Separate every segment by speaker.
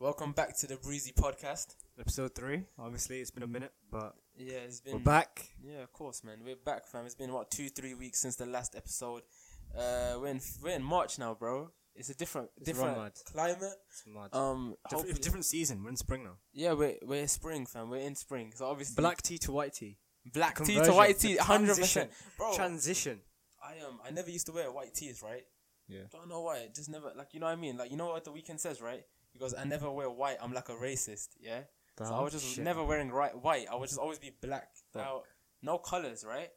Speaker 1: Welcome back to the Breezy Podcast.
Speaker 2: Episode three. Obviously, it's been a minute, but
Speaker 1: Yeah, it's been
Speaker 2: we're back.
Speaker 1: Yeah, of course, man. We're back, fam. It's been what two, three weeks since the last episode. Uh, we're in we're in March now, bro. It's a different
Speaker 2: It's
Speaker 1: different
Speaker 2: wrong, lad.
Speaker 1: climate.
Speaker 2: It's mad.
Speaker 1: Um,
Speaker 2: Diff-
Speaker 1: hopefully-
Speaker 2: different season. We're in spring now.
Speaker 1: yeah, we're we're spring, fam. We're in spring, so obviously
Speaker 2: Black tea to white tea.
Speaker 1: black tea to
Speaker 2: Conversion.
Speaker 1: white tea,
Speaker 2: The
Speaker 1: hundred percent,
Speaker 2: transition.
Speaker 1: bro.
Speaker 2: Transition.
Speaker 1: I um I never used to wear white tees, right?
Speaker 2: Yeah.
Speaker 1: Don't know why. It just never like you know what I mean. Like you know what the weekend says, right? Because I never wear white. I'm like a racist. Yeah. So I was just
Speaker 2: Shit.
Speaker 1: never wearing right white. I would just always be black.
Speaker 2: Black.
Speaker 1: Now, no colors, right?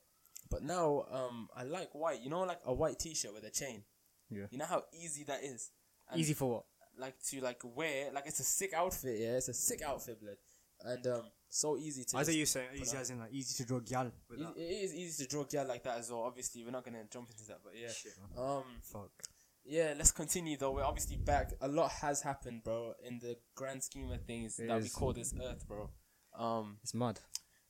Speaker 1: But now, um, I like white. You know, like a white T-shirt with a chain.
Speaker 2: Yeah.
Speaker 1: You know how easy that is. And,
Speaker 2: Easy for what?
Speaker 1: Like to like wear. Like it's a sick outfit. Yeah, it's a sick outfit, blood. And um, so easy to.
Speaker 2: I
Speaker 1: just-
Speaker 2: thought you were saying
Speaker 1: put
Speaker 2: easy
Speaker 1: on.
Speaker 2: as in like easy to draw gyal with
Speaker 1: Eas-
Speaker 2: that.
Speaker 1: it is easy to draw gear like that as well. Obviously, we're not gonna jump into that, but yeah.
Speaker 2: Shit, man.
Speaker 1: Um,
Speaker 2: Fuck.
Speaker 1: yeah, let's continue though. We're obviously back. A lot has happened, bro, in the grand scheme of things
Speaker 2: It
Speaker 1: that we
Speaker 2: is.
Speaker 1: call this earth, bro. Um,
Speaker 2: It's mad.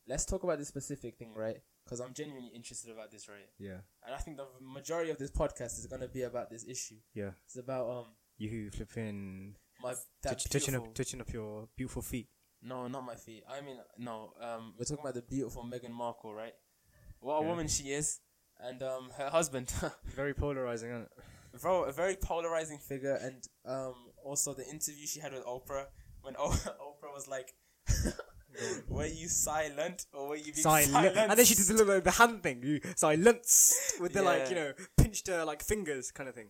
Speaker 1: let's talk about this specific thing, right? Because I'm genuinely interested about this, right?
Speaker 2: Yeah.
Speaker 1: And I think the majority of this podcast is gonna be about this issue.
Speaker 2: Yeah.
Speaker 1: It's about um
Speaker 2: You flipping
Speaker 1: my that
Speaker 2: touch- touching
Speaker 1: beautiful,
Speaker 2: up, touching up your beautiful feet.
Speaker 1: no, not my feet. I mean, no. Um, we're talking about the beautiful Meghan Markle, right? What a
Speaker 2: Yeah.
Speaker 1: woman she is, and um, her husband,
Speaker 2: Very polarizing, isn't it?
Speaker 1: bro, a very polarizing figure, and um, also the interview she had with Oprah when o- Oprah was like. were you silent or were you being
Speaker 2: Silence.
Speaker 1: silenced?
Speaker 2: And then she did the, little- the hand thing. You silence with the like,
Speaker 1: Yeah.
Speaker 2: you know, pinched her like fingers kind of thing.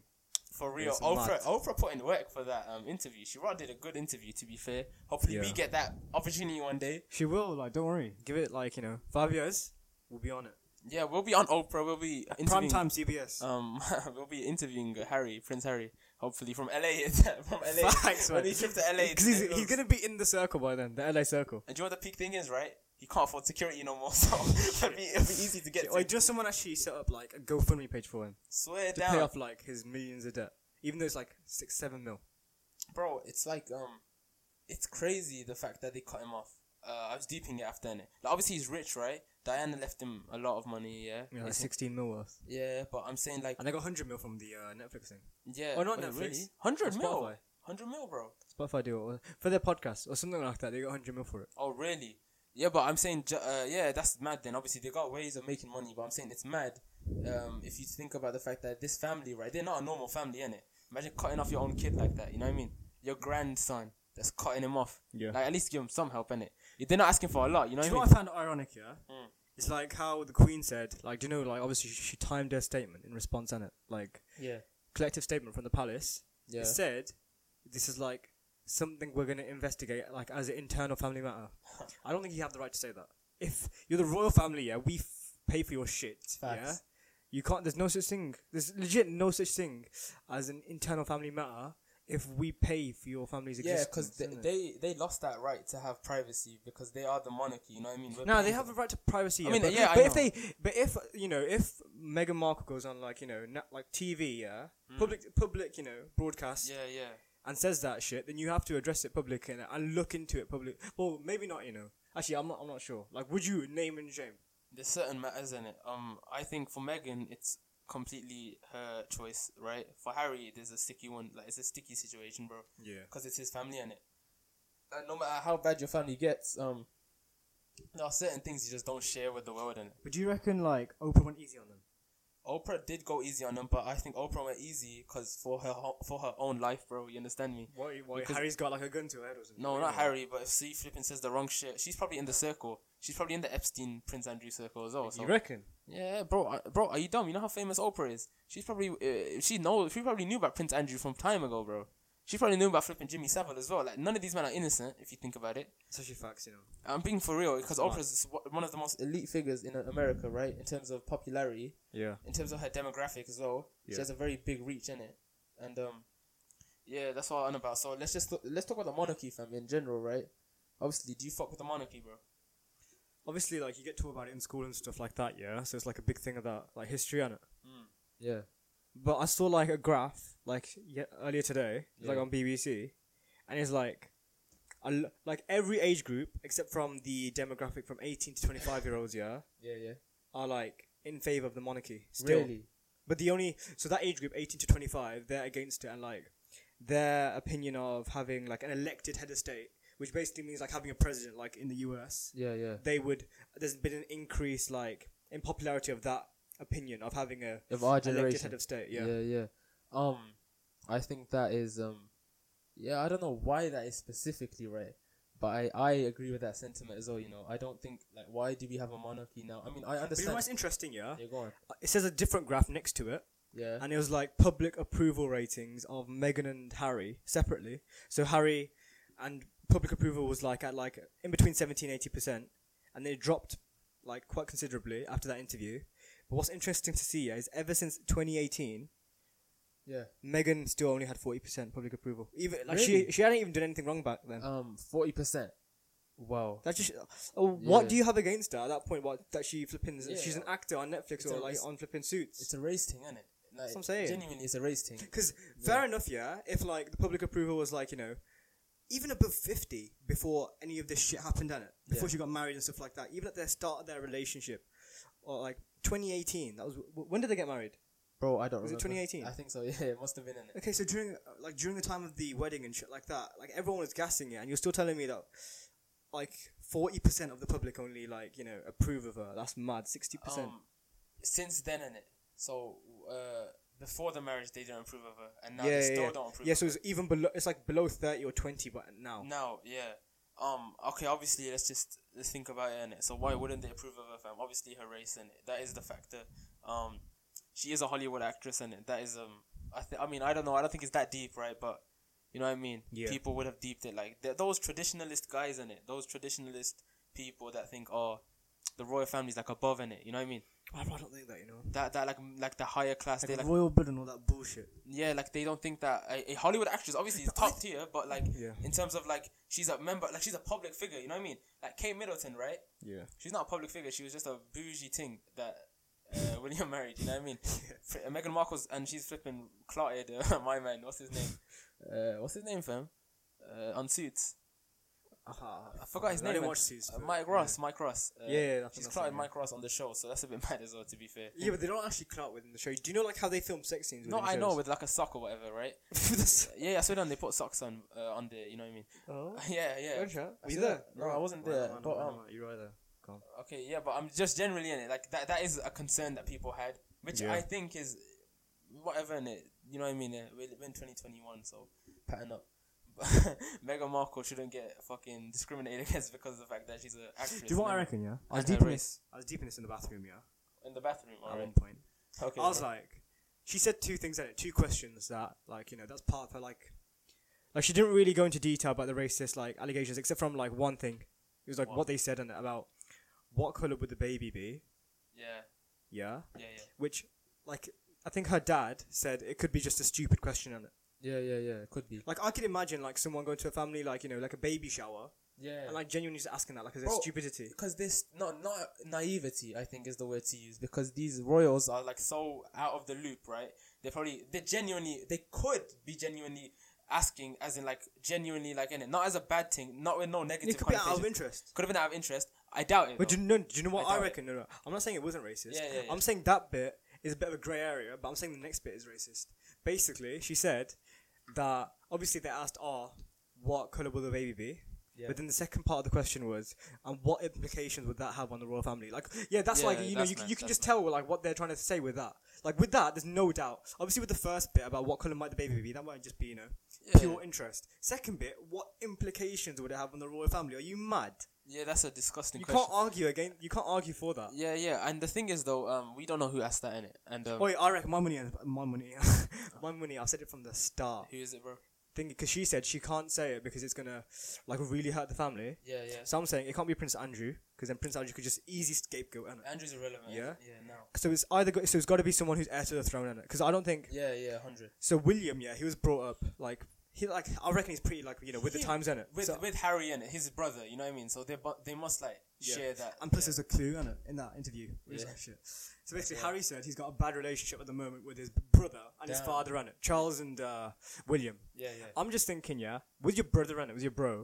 Speaker 1: For real,
Speaker 2: It's
Speaker 1: Oprah
Speaker 2: mad.
Speaker 1: Oprah put in work for that um, interview. She rather did a good interview, to be fair. Hopefully, we
Speaker 2: Yeah.
Speaker 1: get that opportunity one day.
Speaker 2: She will, like, don't worry. Give it like, you know, five years, we'll be on it.
Speaker 1: Yeah, we'll be on Oprah. We'll be
Speaker 2: Prime
Speaker 1: interviewing.
Speaker 2: time CBS.
Speaker 1: Um, we'll be interviewing Harry, Prince Harry, hopefully from LA. from LA,
Speaker 2: Facts,
Speaker 1: when
Speaker 2: man.
Speaker 1: he trip to LA.
Speaker 2: Because he's,
Speaker 1: it
Speaker 2: he's
Speaker 1: goes-
Speaker 2: gonna be in the circle by then, the LA circle.
Speaker 1: And do you know what the peak thing is, right? He can't afford security no more, so it'll be, it'll be easy to get.
Speaker 2: Or
Speaker 1: To.
Speaker 2: just someone actually set up like a GoFundMe page for him
Speaker 1: Swear
Speaker 2: to pay
Speaker 1: down,
Speaker 2: off like his millions of debt, even though it's like six, seven mil.
Speaker 1: bro. It's like um, it's crazy the fact that they cut him off. Uh, I was deeping it after innit? Like, obviously he's rich, right? Diana left him a lot of money. Yeah,
Speaker 2: You know, like
Speaker 1: It's-
Speaker 2: sixteen mil worth.
Speaker 1: Yeah, but I'm saying like
Speaker 2: And I got hundred mil from the uh, Netflix thing.
Speaker 1: yeah.
Speaker 2: Oh, not
Speaker 1: wait,
Speaker 2: Netflix.
Speaker 1: Really? Hundred
Speaker 2: Or
Speaker 1: mil.
Speaker 2: Spotify.
Speaker 1: Hundred mil, bro.
Speaker 2: Spotify do it or- for their podcast or something like that. They got hundred mil for it.
Speaker 1: Oh, really? Yeah, but I'm saying, ju- uh, yeah, that's mad. Then obviously they got ways of making money, but I'm saying it's mad. Um, if you think about the fact that this family, right, they're not a normal family, innit? Imagine cutting off your own kid like that. You know what I mean? Your grandson that's cutting him off.
Speaker 2: Yeah.
Speaker 1: Like at least give him some help, innit? They're not asking for a lot. You know what
Speaker 2: Do you
Speaker 1: I
Speaker 2: know
Speaker 1: mean?
Speaker 2: what I found ironic? Yeah,
Speaker 1: Mm.
Speaker 2: it's like how the Queen said, like, do you know, like, obviously she, she timed her statement in response, and it like
Speaker 1: yeah.
Speaker 2: collective statement from the palace.
Speaker 1: Yeah.
Speaker 2: It said, "This is like something we're going to investigate, like as an internal family matter." I don't think you have the right to say that. If you're the royal family, yeah, we f- pay for your shit. Yeah,
Speaker 1: Facts.
Speaker 2: you can't. There's no such thing. There's legit no such thing as an internal family matter if we pay for your family's
Speaker 1: Yeah,
Speaker 2: existence.
Speaker 1: because they,
Speaker 2: isn't it?
Speaker 1: they they lost that right to have privacy because they are the monarchy. You know what I mean? We're
Speaker 2: No,
Speaker 1: paying
Speaker 2: they
Speaker 1: for
Speaker 2: have a
Speaker 1: them.
Speaker 2: right to privacy.
Speaker 1: I
Speaker 2: yeah,
Speaker 1: mean,
Speaker 2: but,
Speaker 1: yeah, I
Speaker 2: but if
Speaker 1: know.
Speaker 2: they, but if you know, if Meghan Markle goes on like you know, na- like TV, yeah,
Speaker 1: Mm.
Speaker 2: public, public, you know, broadcast,
Speaker 1: Yeah, yeah.
Speaker 2: and says that shit, then you have to address it public and, and look into it public. Well, maybe not, you know. Actually, I'm not. I'm not sure. Like, would you name and shame?
Speaker 1: there's certain matters in it. Um, I think for Megan, it's completely her choice, right? For Harry, there's a sticky one. Like it's a sticky situation, bro,
Speaker 2: Yeah.
Speaker 1: because it's his family and it. And no matter how bad your family gets, um, there are certain things you just don't share with the world. And
Speaker 2: But do you reckon like Oprah went easy on them?
Speaker 1: Oprah did go easy on them, but I think Oprah went easy because for her ho- for her own life, bro. You understand me?
Speaker 2: Why? Why?
Speaker 1: Because-
Speaker 2: Harry's got like a gun to her head or something.
Speaker 1: No, not
Speaker 2: Yeah.
Speaker 1: Harry, but if C flipping says the wrong shit, she's probably in the circle. She's probably in the Epstein Prince Andrew circle as well. So.
Speaker 2: You reckon?
Speaker 1: Yeah, bro, I- bro, are you dumb? You know how famous Oprah is. She's probably uh, she know she probably knew about Prince Andrew from time ago, bro. She probably knew about flipping Jimmy Savile as well. Like none of these men are innocent if you think about it.
Speaker 2: It's actually facts, you know.
Speaker 1: I'm being for real because
Speaker 2: Right.
Speaker 1: Oprah's wh- one of the most elite figures in uh, America, right? In terms of popularity,
Speaker 2: Yeah.
Speaker 1: in terms of her demographic as well. She
Speaker 2: Yeah.
Speaker 1: has a very big reach in it, and um, yeah, that's what I'm about. So let's just look, let's talk about the monarchy, fam, in general, right? Obviously, do you fuck with the monarchy, bro?
Speaker 2: Obviously, like you get taught about it in school and stuff like that. Yeah. So it's like a big thing about like history on it.
Speaker 1: Yeah,
Speaker 2: But I saw like a graph like ye- earlier today,
Speaker 1: Yeah.
Speaker 2: like on BBC, and it's like, a l- like every age group except from the demographic from 18 to 25 year olds, yeah,
Speaker 1: yeah, yeah.
Speaker 2: are like in favor of the monarchy still.
Speaker 1: Really?
Speaker 2: But the only so that age group 18 to 25, they're against it, and like their opinion of having like an elected head of state, which basically means like having a president, like in the US.
Speaker 3: Yeah, yeah.
Speaker 2: They would. There's been an increase like in popularity of that opinion of having a
Speaker 3: Of our
Speaker 2: elected
Speaker 3: generation.
Speaker 2: head of state.
Speaker 3: Yeah.
Speaker 2: Yeah.
Speaker 3: yeah, Um, I think that is um, yeah. I don't know why that is specifically right, but I I agree with that sentiment as well. You know, I don't think like why do we have a monarchy now? I mean, I
Speaker 2: But you know
Speaker 3: understand.
Speaker 2: what's interesting? Yeah,
Speaker 3: Yeah, go on.
Speaker 2: it says a different graph next to it,
Speaker 3: Yeah.
Speaker 2: and it was like public approval ratings of Meghan and Harry separately. So Harry and public approval was like at like in between 70 and 80 percent, and they dropped like quite considerably after that interview. But what's interesting to see yeah, is ever since 2018,
Speaker 3: yeah.
Speaker 2: Meghan still only had 40 percent public approval. Even like
Speaker 3: Really?
Speaker 2: she she hadn't even done anything wrong back then.
Speaker 3: Um, forty percent. Wow.
Speaker 2: That's just. Oh, what
Speaker 3: Yeah.
Speaker 2: do you have against her at that point? What that she flipping?
Speaker 3: Yeah.
Speaker 2: She's an actor on Netflix
Speaker 3: It's
Speaker 2: or
Speaker 3: a-
Speaker 2: like
Speaker 3: it's-
Speaker 2: on flipping suits.
Speaker 3: It's a race thing, isn't it? Like,
Speaker 2: what I'm saying.
Speaker 3: Genuinely, it's a race thing.
Speaker 2: Because fair enough, yeah. If like the public approval was like you know, even above fifty before any of this shit happened, on it before
Speaker 3: Yeah.
Speaker 2: she got married and stuff like that. Even at the start of their relationship, or like 2018. That was w- when did they get married?
Speaker 3: Bro, I don't
Speaker 2: Was it
Speaker 3: remember.
Speaker 2: 2018?
Speaker 3: I think so. Yeah, it must have been in it.
Speaker 2: Okay, so during uh, like during the time of the wedding and shit like that, like everyone was gassing it, and you're still telling me that like forty percent of the public only like you know approve of her. That's mad. Sixty percent.
Speaker 1: Um, since then, in it. So uh, before the marriage, they didn't approve of her, and now
Speaker 2: yeah,
Speaker 1: they
Speaker 2: yeah,
Speaker 1: still
Speaker 2: yeah.
Speaker 1: don't approve.
Speaker 2: Yeah,
Speaker 1: of
Speaker 2: so it's even below. It's like below thirty or twenty, but now.
Speaker 1: her. now, yeah. Um. Okay. Obviously, let's just let's think about it. Innit? So why wouldn't they approve of her? Fam? Obviously, her race and that is the factor. Um, she is a Hollywood actress, and that is um. I th- I mean, I don't know. I don't think it's that deep, right? But you know what I mean.
Speaker 2: Yeah.
Speaker 1: People would have deeped it. Like th- those traditionalist guys in it. Those traditionalist people that think, oh, the royal family's like above in it. You know what I mean?
Speaker 2: I I don't think that you know.
Speaker 1: That that like like the higher class. they
Speaker 2: Like,
Speaker 1: like
Speaker 2: royal blood and all that bullshit.
Speaker 1: yeah, like they don't think that a, a Hollywood actress obviously is top tier, but like
Speaker 2: Yeah.
Speaker 1: in terms of like she's a member, like she's a public figure. You know what I mean? Like Kate Middleton, right?
Speaker 2: Yeah.
Speaker 1: She's not a public figure. She was just a bougie thing that uh, William married. You know what I mean? Fri- Meghan Markle's and she's flipping clotted. Uh, my man, what's his name? Uh, what's his name, fam? Uh, on Suits. I forgot his
Speaker 2: I
Speaker 1: name.
Speaker 2: didn't
Speaker 1: man.
Speaker 2: watch Suits,
Speaker 1: Uh,
Speaker 2: but-
Speaker 1: Mike Ross. Mike Ross. Uh,
Speaker 2: Yeah, yeah, that's
Speaker 1: she's
Speaker 2: what I'm
Speaker 1: clotted
Speaker 2: saying,
Speaker 1: Mike Ross on the show, so that's a bit mad as well. To be fair.
Speaker 2: Yeah, but they don't actually clout within the show. Do you know like how they film sex scenes?
Speaker 1: No,
Speaker 2: within
Speaker 1: I know
Speaker 2: shows?
Speaker 1: with like a sock or whatever, right?
Speaker 2: With
Speaker 1: Yeah, yeah, I swear down they put socks on uh, on the, you know what I mean?
Speaker 2: oh.
Speaker 1: yeah, yeah.
Speaker 2: Were you there?
Speaker 1: No, I wasn't there. but um,
Speaker 2: you were there. Come.
Speaker 1: okay, yeah, but I'm just generally in it. Like that, that is a concern that people had, which
Speaker 2: Yeah.
Speaker 1: I think is whatever in it. You know what I mean? Uh, we live in 2021, so pattern up. Meghan Markle shouldn't get fucking discriminated against because of the fact that she's an actress.
Speaker 2: Do you know what I
Speaker 1: no?
Speaker 2: reckon? Yeah, I was
Speaker 1: And her
Speaker 2: deep in
Speaker 1: race.
Speaker 2: this. I was deep in this in the bathroom. Yeah,
Speaker 1: in the bathroom?
Speaker 2: at
Speaker 1: Alright.
Speaker 2: one point.
Speaker 1: Okay.
Speaker 2: I was
Speaker 1: bro.
Speaker 2: like, she said two things in it, two questions that, like, you know, that's part of her, like, like she didn't really go into detail about the racist like allegations, except from like one thing. It was like what,
Speaker 1: What?
Speaker 2: they said and about what color would the baby be?
Speaker 1: yeah,
Speaker 2: Yeah,
Speaker 1: yeah, yeah.
Speaker 2: which, like, I think her dad said it could be just a stupid question on it.
Speaker 3: Yeah, yeah, yeah. It could be.
Speaker 2: Like, I could imagine like someone going to a family, like you know, like a baby shower,
Speaker 3: Yeah.
Speaker 2: and like genuinely just asking that, like, as a
Speaker 3: Bro,
Speaker 2: stupidity.
Speaker 3: because this
Speaker 1: not not naivety i think is the word to use because these royals are like so out of the loop right they probably they genuinely they could be genuinely asking as in like genuinely like in it not as a bad thing not with no negative
Speaker 2: It could be out of
Speaker 1: connotation.
Speaker 2: interest.
Speaker 1: could have been out of interest i doubt it
Speaker 2: But do
Speaker 1: though.
Speaker 2: you know, do you know what
Speaker 1: I
Speaker 2: I,
Speaker 1: doubt it.
Speaker 2: reckon? No, no, I'm not saying it wasn't racist.
Speaker 1: Yeah, yeah, yeah.
Speaker 2: I'm saying that bit is a bit of a grey area, but I'm saying the next bit is racist. Basically, she said that obviously they asked, "Ah, what color will the baby be?"
Speaker 3: Yeah.
Speaker 2: But then the second part of the question was, and what implications would that have on the royal family? Like, yeah, that's
Speaker 1: Yeah,
Speaker 2: like you know,
Speaker 1: that's
Speaker 2: you,
Speaker 1: mad,
Speaker 2: you can
Speaker 1: that's
Speaker 2: just tell like what they're trying to say with that. Like with that, there's no doubt. Obviously, with the first bit about what color might the baby be, that might just be you know
Speaker 1: Yeah.
Speaker 2: pure interest. Second bit, what implications would it have on the royal family? Are you mad?
Speaker 1: yeah that's a disgusting
Speaker 2: You
Speaker 1: question
Speaker 2: can't argue again. You can't argue for that.
Speaker 1: yeah yeah and the thing is though um we don't know who asked that in it and um,
Speaker 2: Oh, yeah, I reckon my money, my money, my money. I've said it from the start.
Speaker 1: who is it bro
Speaker 2: Thing, because she said she can't say it because it's gonna like really hurt the family.
Speaker 1: yeah yeah
Speaker 2: So I'm saying it can't be Prince Andrew because then Prince Andrew could just easy scapegoat and
Speaker 1: andrew's irrelevant
Speaker 2: Yeah?
Speaker 1: yeah no
Speaker 2: so it's either go- so it's got to be someone who's heir to the throne and because I don't think
Speaker 1: yeah yeah 100
Speaker 2: so. William, yeah, he was brought up like he like I reckon he's pretty like you know with the
Speaker 1: He-
Speaker 2: times in it.
Speaker 1: with
Speaker 2: So-
Speaker 1: with harry and his brother you know what i mean so they bu- they must like
Speaker 2: Yeah.
Speaker 1: share that
Speaker 2: and plus, there's a clue on it in that interview. Which
Speaker 1: Yeah.
Speaker 2: is like shit. So basically, Harry said he's got a bad relationship at the moment with his brother and his
Speaker 1: Damn.
Speaker 2: father on it, Charles and uh, William.
Speaker 1: yeah yeah
Speaker 2: I'm just thinking, yeah, with your brother and it was your bro,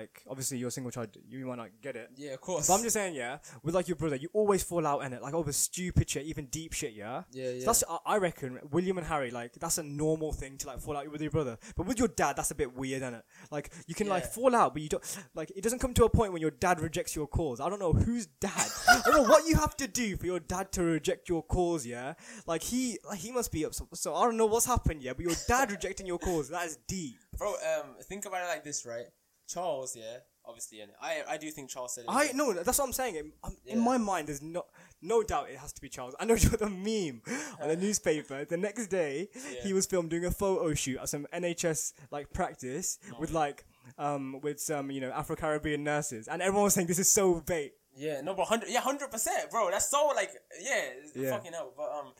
Speaker 2: Like obviously you're a single child, you might not get it.
Speaker 1: Yeah, of course.
Speaker 2: But I'm just saying, yeah, with like your brother, you always fall out in it, like over stupid shit, even deep shit, yeah.
Speaker 3: Yeah, yeah.
Speaker 2: So that's I- I reckon William and Harry like that's a normal thing to like fall out with your brother, but with your dad that's a bit weird, is it? Like you can like
Speaker 1: Yeah.
Speaker 2: fall out, but you don't like it doesn't come to a point when your dad rejects your cause. I don't know whose dad. I don't know what you have to do for your dad to reject your cause. Yeah, like he like, he must be up. So, so I don't know what's happened. Yeah, but your dad rejecting your cause that is deep.
Speaker 1: Bro, um, think about it like this, right? Charles, yeah, obviously, yeah. I, I do think Charles said it.
Speaker 2: I no, that's what I'm saying. In, um, in
Speaker 1: Yeah.
Speaker 2: my mind, there's no no doubt it has to be Charles. I know you the meme on the newspaper. The next day, he
Speaker 1: Yeah.
Speaker 2: was filmed doing a photo shoot at some NHS like practice with like um with some you know Afro Caribbean nurses, and everyone was saying this is so bait.
Speaker 1: Yeah, no, but hundred, yeah, hundred percent, bro. That's so like, yeah,
Speaker 2: Yeah.
Speaker 1: fucking hell. But um,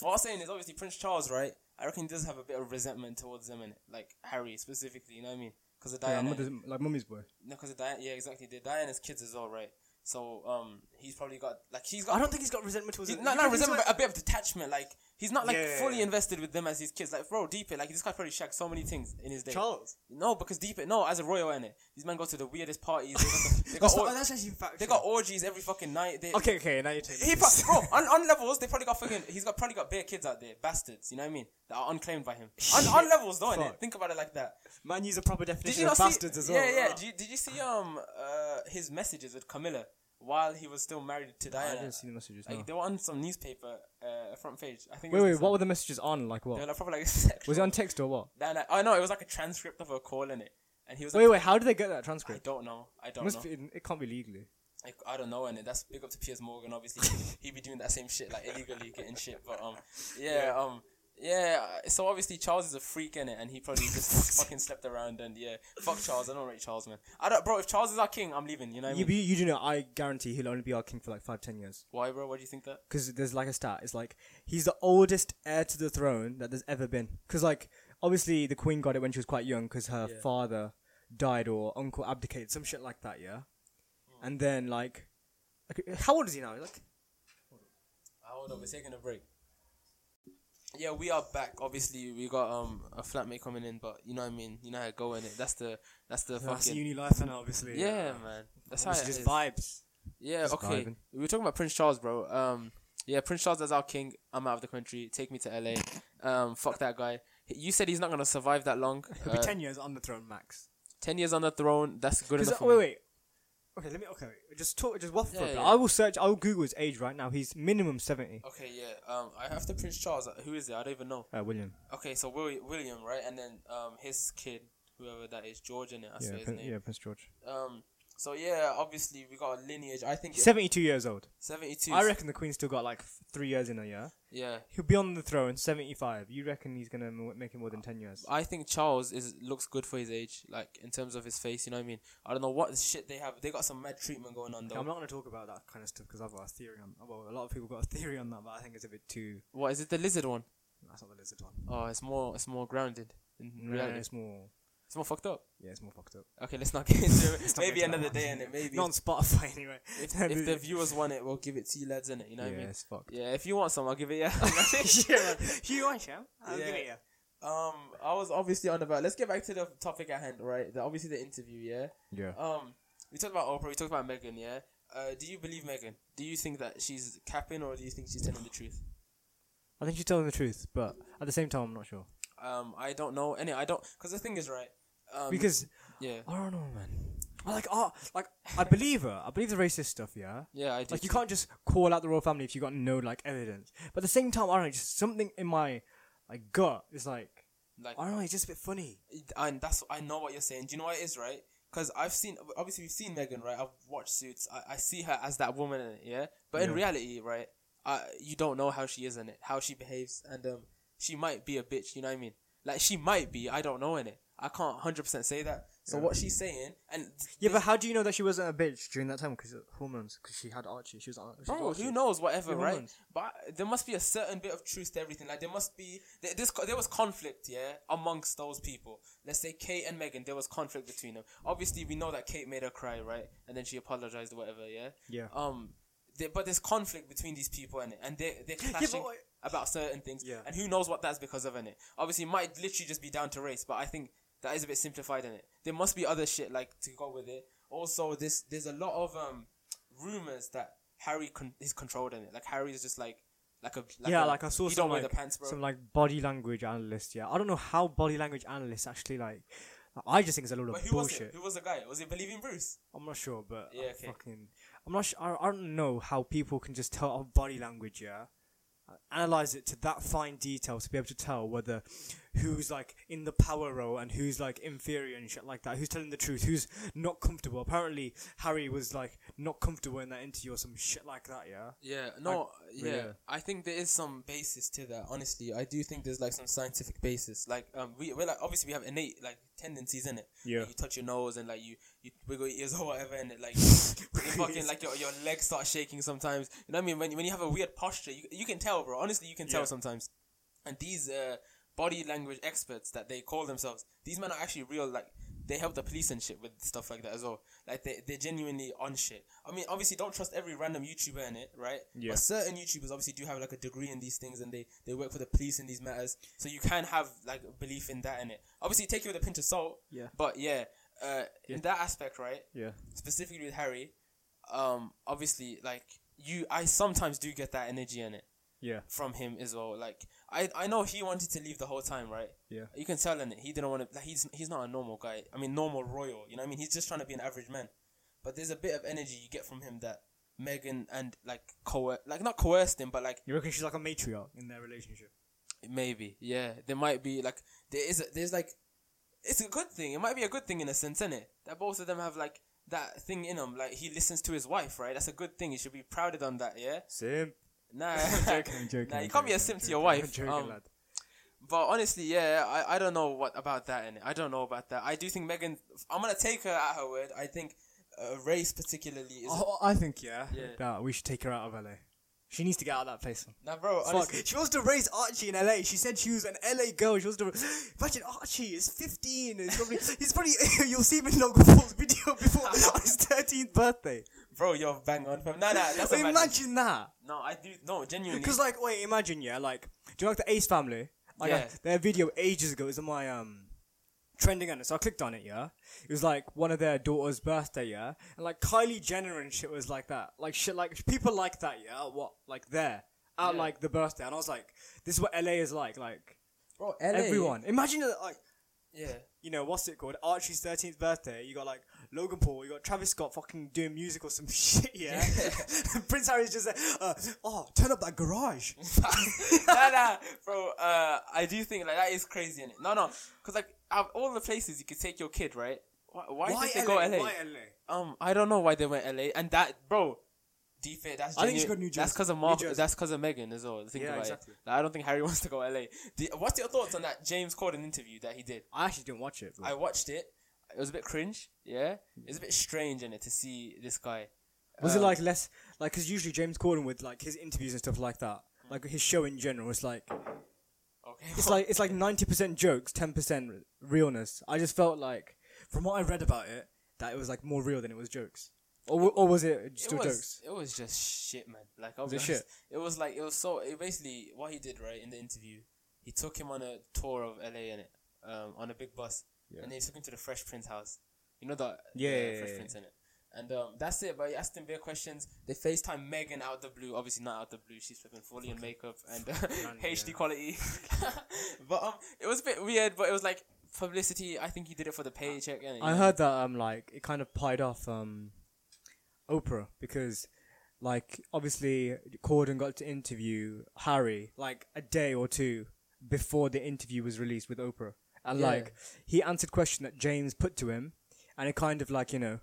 Speaker 1: what I was saying is obviously Prince Charles, right? I reckon he does have a bit of resentment towards them and like Harry specifically. You know what I mean? Because of Diana.
Speaker 2: like mummy's boy.
Speaker 1: No, because of Diana. Yeah, exactly. They're Diana's kids as well, right? So um, he's probably got like he's got.
Speaker 2: I don't think he's got resentment towards.
Speaker 1: He's
Speaker 2: it.
Speaker 1: not,
Speaker 2: You
Speaker 1: not
Speaker 2: don't think
Speaker 1: resentment,
Speaker 2: so?
Speaker 1: but a bit of detachment. Like he's not like
Speaker 2: Yeah, yeah,
Speaker 1: fully
Speaker 2: yeah.
Speaker 1: invested with them as his kids. Like bro, deep it. Like this guy probably shagged so many things in
Speaker 2: uh,
Speaker 1: his day.
Speaker 2: Charles.
Speaker 1: No, because deep it. No, as a royal in it, these men go to the weirdest parties. They got, the, they got, or-
Speaker 2: actually fact.
Speaker 1: they got orgies every fucking night. They,
Speaker 2: okay, okay. Now you're taking.
Speaker 1: he
Speaker 2: the
Speaker 1: pro-
Speaker 2: piss.
Speaker 1: bro on, on levels they probably got fucking he's got probably got bare kids out there bastards you know what I mean that are unclaimed by him on, on levels though innit?
Speaker 2: Fuck.
Speaker 1: think about it like that
Speaker 2: man, use a proper
Speaker 1: did
Speaker 2: definition
Speaker 1: you not
Speaker 2: of
Speaker 1: see
Speaker 2: bastards as well.
Speaker 1: yeah yeah did you, did you see um uh, his messages with Camilla while he was still married to
Speaker 2: I
Speaker 1: Diana
Speaker 2: didn't see the messages.
Speaker 1: like they were on some newspaper uh, front page I think it
Speaker 2: Wait,
Speaker 1: was
Speaker 2: wait.
Speaker 1: this
Speaker 2: What
Speaker 1: one.
Speaker 2: were the messages on? Like
Speaker 1: they were
Speaker 2: what?
Speaker 1: like, probably like
Speaker 2: Was it on text or what?
Speaker 1: Diana, oh no it was like a transcript of a call in it and he was like
Speaker 2: Wait, wait. How did they get that
Speaker 1: I
Speaker 2: transcript?
Speaker 1: don't know I don't know
Speaker 2: Must be, it can't be legally.
Speaker 1: like, I don't know, and that's big up to Piers Morgan. Obviously, he'd be doing that same shit like illegally getting shit. But um, yeah, um, yeah. uh, So obviously Charles is a freak in it, and he probably just fucking slept around and yeah, fuck Charles. I don't rate Charles, man. I don't, bro. If Charles is our king, I'm leaving. You know what I
Speaker 2: You,
Speaker 1: mean?
Speaker 2: be- you do know, I guarantee he'll only be our king for like five, ten years.
Speaker 1: Why, bro? Why do you think that?
Speaker 2: Because there's like a stat. It's like he's the oldest heir to the throne that there's ever been. Because like obviously the queen got it when she was quite young because her
Speaker 1: Yeah.
Speaker 2: father died or uncle abdicated, some shit like that. Yeah.
Speaker 1: Oh.
Speaker 2: And then like, like, how old is he now? Like
Speaker 1: Ah, Hold on, we're taking a break. Yeah, we are back. Obviously, we got um a flatmate coming in, but you know what I mean. You know how it go in it. That's the that's the
Speaker 2: that's
Speaker 1: fucking
Speaker 2: uni life now, obviously.
Speaker 1: yeah, man. That's how it
Speaker 2: just
Speaker 1: is.
Speaker 2: vibes.
Speaker 1: Yeah,
Speaker 2: Just
Speaker 1: okay.
Speaker 2: vibing.
Speaker 1: We were talking about Prince Charles, bro. Um, yeah, Prince Charles as our king. I'm out of the country. Take me to LA. Um, fuck that guy. You said he's not gonna survive that long.
Speaker 2: He'll be
Speaker 1: Uh,
Speaker 2: ten years on the throne, max.
Speaker 1: ten years on the throne. That's good
Speaker 2: 'Cause,
Speaker 1: enough.
Speaker 2: uh,
Speaker 1: For
Speaker 2: wait,
Speaker 1: me.
Speaker 2: wait. Okay, let me. Okay, just talk. Just waffle. for a
Speaker 1: Yeah,
Speaker 2: bit.
Speaker 1: yeah.
Speaker 2: I will search. I will Google his age right now. He's minimum seventy.
Speaker 1: Okay, yeah. Um, I have to Prince Charles. Who is it? I don't even know.
Speaker 2: Uh, William.
Speaker 1: Okay, so Will- William, right, and then um his kid, whoever that is, George, and I
Speaker 2: yeah,
Speaker 1: say his
Speaker 2: Prin-
Speaker 1: name.
Speaker 2: yeah, Prince George.
Speaker 1: Um, so yeah, obviously we got a lineage. I think it's
Speaker 2: Seventy-two years old.
Speaker 1: seventy-two.
Speaker 2: I reckon the Queen's still got like f- three years in her. Yeah,
Speaker 1: Yeah,
Speaker 2: he'll be on the throne. Seventy-five. You reckon he's gonna mo- make it more than ten years?
Speaker 1: I think Charles is looks good for his age, like in terms of his face. You know what I mean? I don't know what shit they have. They got some mad treatment going on though.
Speaker 2: I'm not gonna talk about that kind of stuff because I've got a theory on. Well, a lot of people got a theory on that, but I think it's a bit too.
Speaker 1: What is it? The lizard one?
Speaker 2: That's not the lizard one.
Speaker 1: Oh, it's more it's more grounded in
Speaker 2: No,
Speaker 1: reality.
Speaker 2: it's more.
Speaker 1: It's more fucked up.
Speaker 2: Yeah, it's more fucked up.
Speaker 1: Okay, let's not get into it.
Speaker 2: Let's not
Speaker 1: maybe
Speaker 2: get into
Speaker 1: another
Speaker 2: that
Speaker 1: day
Speaker 2: one.
Speaker 1: in it. Maybe
Speaker 2: Not on Spotify anyway.
Speaker 1: if, if the viewers want it, we'll give it to you lads in it. You know
Speaker 2: yeah,
Speaker 1: what I mean?
Speaker 2: it's fucked.
Speaker 1: Yeah, if you want some, I'll give it. Yeah.
Speaker 2: You want yeah?
Speaker 1: I'll give it you. um, I was obviously on about. Let's get back to the topic at hand, right? The, obviously the interview. Yeah.
Speaker 2: Yeah.
Speaker 1: Um, we talked about Oprah. We talked about Megan. Yeah. Uh, do you believe Megan? Do you think that she's capping, or do you think she's telling the truth?
Speaker 2: I think she's telling the truth, but at the same time, I'm not sure
Speaker 1: Um, I don't know. Any, I don't. Cause the thing is, right? Um,
Speaker 2: because
Speaker 1: yeah,
Speaker 2: I don't know, man. I like, ah, like I believe her. I believe the racist stuff. Yeah.
Speaker 1: yeah, I do.
Speaker 2: Like you
Speaker 1: too.
Speaker 2: can't just call out the royal family if you got no like evidence. But at the same time, I don't know. Just something in my like gut is like
Speaker 1: like,
Speaker 2: I don't know. It's just a bit funny.
Speaker 1: and that's I know what you're saying. Do you know what it is, right? Because I've seen obviously we've seen Megan, right? I've watched Suits. I, I see her as that woman, in it, yeah. But in
Speaker 2: Yeah.
Speaker 1: reality, right? Uh, you don't know how she is in it, how she behaves, and um, she might be a bitch. You know what I mean? Like she might be. I don't know in it. I can't hundred percent say that. So
Speaker 2: Yeah.
Speaker 1: what she's saying, and
Speaker 2: Yeah, but how do you know that she wasn't a bitch during that time? Because hormones. Because she had Archie. She was. Ar- she was
Speaker 1: bro,
Speaker 2: Archie.
Speaker 1: who knows? Whatever,
Speaker 2: Your
Speaker 1: right?
Speaker 2: hormones.
Speaker 1: But there must be a certain bit of truth to everything. Like there must be there, this. co- There was conflict, yeah, amongst those people. Let's say Kate and Megan. There was conflict between them. Obviously, we know that Kate made her cry, right? And then she apologized or whatever, yeah.
Speaker 2: Yeah.
Speaker 1: Um, there, but there's conflict between these people and and they they're clashing
Speaker 2: what-
Speaker 1: about certain things.
Speaker 2: Yeah.
Speaker 1: And who knows what that's because of in it? Obviously, it might literally just be down to race, but I think. that is a bit simplified in it. There must be other shit like to go with it. Also, this there's a lot of um rumors that Harry con- is controlled in it. Like Harry is just like like a like
Speaker 2: yeah,
Speaker 1: a-
Speaker 2: like I saw
Speaker 1: he
Speaker 2: some
Speaker 1: don't wear
Speaker 2: like,
Speaker 1: the pants, bro.
Speaker 2: some like body language analyst. Yeah, I don't know how body language analysts actually like. I just think it's a load
Speaker 1: but
Speaker 2: of
Speaker 1: who was it?
Speaker 2: bullshit.
Speaker 1: Who was the guy? Was it believing Bruce?
Speaker 2: I'm not sure, but
Speaker 1: Yeah,
Speaker 2: I
Speaker 1: okay.
Speaker 2: fucking, I'm not. Sure, I, I don't know how people can just tell our body language. Yeah, uh, analyze it to that fine detail to be able to tell whether who's like in the power role and who's like inferior and shit like that. Who's telling the truth? Who's not comfortable? Apparently, Harry was like not comfortable in that interview or some shit like that. Yeah.
Speaker 1: Yeah, no, yeah.
Speaker 3: yeah.
Speaker 1: I think there is some basis to that. Honestly, I do think there's like some scientific basis. Like, um, we we're like obviously we have innate like tendencies in it.
Speaker 2: Yeah.
Speaker 1: Like, you touch your nose and like you you wiggle your ears or whatever, and it like you fucking like your, your legs start shaking sometimes. You know what I mean? When when you have a weird posture, you you can tell, bro. Honestly, you can tell
Speaker 2: Yeah.
Speaker 1: sometimes. And these uh body language experts that they call themselves, these men are actually real. Like they help the police and shit with stuff like that as well. Like they they're genuinely on shit. I mean, obviously, don't trust every random YouTuber in it, right?
Speaker 2: Yeah.
Speaker 1: But certain YouTubers obviously do have like a degree in these things, and they they work for the police in these matters, so you can have like belief in that in it. Obviously, take it with a pinch of salt.
Speaker 2: Yeah.
Speaker 1: But yeah, uh, in that aspect, right?
Speaker 2: Yeah.
Speaker 1: Specifically with Harry, um, obviously, like you, I sometimes do get that energy in it
Speaker 2: Yeah.
Speaker 1: from him as well. Like I, I know he wanted to leave the whole time, right?
Speaker 2: Yeah.
Speaker 1: You can tell in it. He didn't want to. Like, he's he's not a normal guy. I mean, normal royal. You know what I mean? He's just trying to be an average man. But there's a bit of energy you get from him that Megan and like coer like not coerced him, but like
Speaker 2: You reckon she's like a matriarch in their relationship?
Speaker 1: maybe yeah there might be like there is a, there's like it's a good thing. It might be a good thing in a sense, innit? That both of them have like that thing in them. Like he listens to his wife, right? That's a good thing. He should be prouded on that. Yeah.
Speaker 2: Sim.
Speaker 1: Nah.
Speaker 2: I'm joking. I'm joking.
Speaker 1: nah,
Speaker 2: I'm
Speaker 1: you can't be a
Speaker 2: joking,
Speaker 1: simp
Speaker 2: I'm
Speaker 1: to your
Speaker 2: joking,
Speaker 1: wife.
Speaker 2: I'm joking,
Speaker 1: um,
Speaker 2: lad.
Speaker 1: But honestly, yeah, I, I don't know what about that, and I don't know about that. I do think Megan. I'm gonna take her at her word. I think uh, race particularly is.
Speaker 2: Oh, I think yeah.
Speaker 1: Yeah.
Speaker 2: That we should take her out of LA. She needs to get out of that place. man.
Speaker 1: Nah, bro.
Speaker 2: Fuck.
Speaker 1: Honestly,
Speaker 2: She wants to raise Archie in LA. She said she was an LA girl. She wants to. Imagine Archie is 15. And he's probably. he's probably. you'll see him in Logan Paul's video before his 13th birthday.
Speaker 1: bro, you're bang on. fam. Nah, nah, that's a bad-
Speaker 2: imagine that.
Speaker 1: No, I do. No, genuinely.
Speaker 2: Because like, wait, imagine yeah, like, do you like the Ace Family? Like,
Speaker 1: Yeah.
Speaker 2: I- their video ages ago is on my um trending on it, so I clicked on it. Yeah, it was like one of their daughter's birthday. Yeah, and like Kylie Jenner and shit was like that. Like shit, like people like that. Yeah, what like there out
Speaker 1: Yeah.
Speaker 2: like the birthday, and I was like, this is what LA is like. Like
Speaker 1: bro,
Speaker 2: everyone, imagine uh, like
Speaker 1: Yeah.
Speaker 2: you know, what's it called? Archie's 13th birthday. You got like Logan Paul, you got Travis Scott fucking doing music or some shit, yeah? Prince Harry's just like, uh, oh, turn up that garage.
Speaker 1: nah, nah, bro. Uh, I do think like that is crazy in it. No, no, because like out of all the places you could take your kid, right? Why, why,
Speaker 2: Why
Speaker 1: did they
Speaker 2: LA?
Speaker 1: go LA?
Speaker 2: Why LA?
Speaker 1: Um, I don't know why they went LA, and that bro, deep it. That's
Speaker 2: I
Speaker 1: genuine-
Speaker 2: think she got New
Speaker 1: That's
Speaker 2: Jersey.
Speaker 1: because of
Speaker 2: New
Speaker 1: Mark.
Speaker 2: Jersey.
Speaker 1: That's because of Megan as well. Think
Speaker 2: Yeah,
Speaker 1: about
Speaker 2: exactly.
Speaker 1: it. Like, I don't think Harry wants to go LA. Do- what's your thoughts on that James Corden interview that he did?
Speaker 2: I actually didn't watch it.
Speaker 1: I watched it. It was a bit cringe. Yeah, it was a bit strange in it to see this guy.
Speaker 2: was
Speaker 1: Um,
Speaker 2: it like less, like, because usually James Corden with like his interviews and stuff like that, like his show in general, it's like,
Speaker 1: Okay.
Speaker 2: it's like, it's like 90% jokes, 10% r- realness. I just felt like, from what I read about it, that it was like more real than it was jokes. Or, w- or was it
Speaker 1: it
Speaker 2: still
Speaker 1: was,
Speaker 2: jokes?
Speaker 1: It was just shit, man. Like I was
Speaker 2: it shit?
Speaker 1: It was like it was so. It basically what he did right in the interview. He took him on a tour of LA in it, um, on a big bus, and they took him to the Fresh Prince house. You know that
Speaker 2: Yeah,
Speaker 1: the
Speaker 2: yeah, yeah,
Speaker 1: Fresh
Speaker 2: yeah.
Speaker 1: Prince in it. And um, that's it. But he asked him bare questions. They FaceTime Megan out the blue. Obviously not out the blue. She's flipping fully in makeup and uh,
Speaker 2: man,
Speaker 1: HD
Speaker 2: yeah.
Speaker 1: quality. but um, it was a bit weird. But it was like publicity. I think he did it for the paycheck. innit?
Speaker 2: I heard that um like it kind of pied off um Oprah because like obviously Corden got to interview Harry like a day or two before the interview was released with Oprah and
Speaker 1: Yeah.
Speaker 2: like he answered question that James put to him and it kind of like you know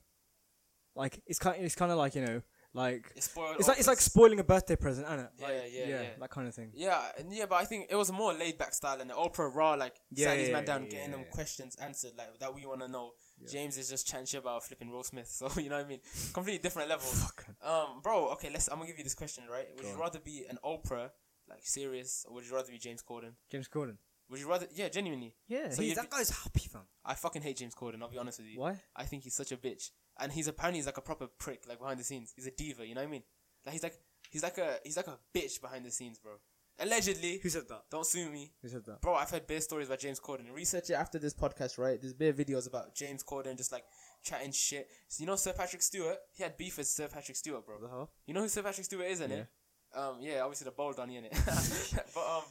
Speaker 2: like it's kind it's kind of like you know like
Speaker 1: It spoiled
Speaker 2: it's like it's like
Speaker 1: Oprah's-
Speaker 2: spoiling a birthday present, isn't it?
Speaker 1: Yeah,
Speaker 2: Like,
Speaker 1: yeah, yeah.
Speaker 2: that kind of thing.
Speaker 1: Yeah, and yeah, but I think it was a more laid back style and the Oprah raw, like
Speaker 2: Yeah,
Speaker 1: sat these
Speaker 2: yeah,
Speaker 1: man down,
Speaker 2: yeah,
Speaker 1: getting them
Speaker 2: yeah.
Speaker 1: questions answered like that we want to know. James is just chatting shit about flipping Will Smith, so you know what I mean. Completely different levels.
Speaker 2: Fucking-
Speaker 1: Um, bro, okay, let's. I'm gonna give you this question, right? Would
Speaker 2: Go
Speaker 1: you
Speaker 2: on.
Speaker 1: rather be an Oprah, like serious, or would you rather be James Corden?
Speaker 2: James Corden.
Speaker 1: Would you rather? Yeah, genuinely,
Speaker 2: Yeah,
Speaker 1: So you'd
Speaker 2: that guy's happy, fam.
Speaker 1: I fucking hate James Corden. I'll be honest with you.
Speaker 2: Why?
Speaker 1: I think he's such a bitch, and he's apparently he's like a proper prick, like behind the scenes. He's a diva, you know what I mean? Like he's like he's like a he's like a bitch behind the scenes, bro.
Speaker 4: Allegedly.
Speaker 2: Who said that?
Speaker 4: Don't sue me.
Speaker 2: Who said that?
Speaker 4: Bro, I've heard best stories about James Corden. Research it after this podcast, right? There's bare videos about James Corden just like chatting shit. So, you know Sir Patrick Stewart? He had beef with Sir Patrick Stewart, bro.
Speaker 2: What the hell?
Speaker 4: You know who Sir Patrick Stewart is, innit? Um, yeah, obviously the bald on innit? but um,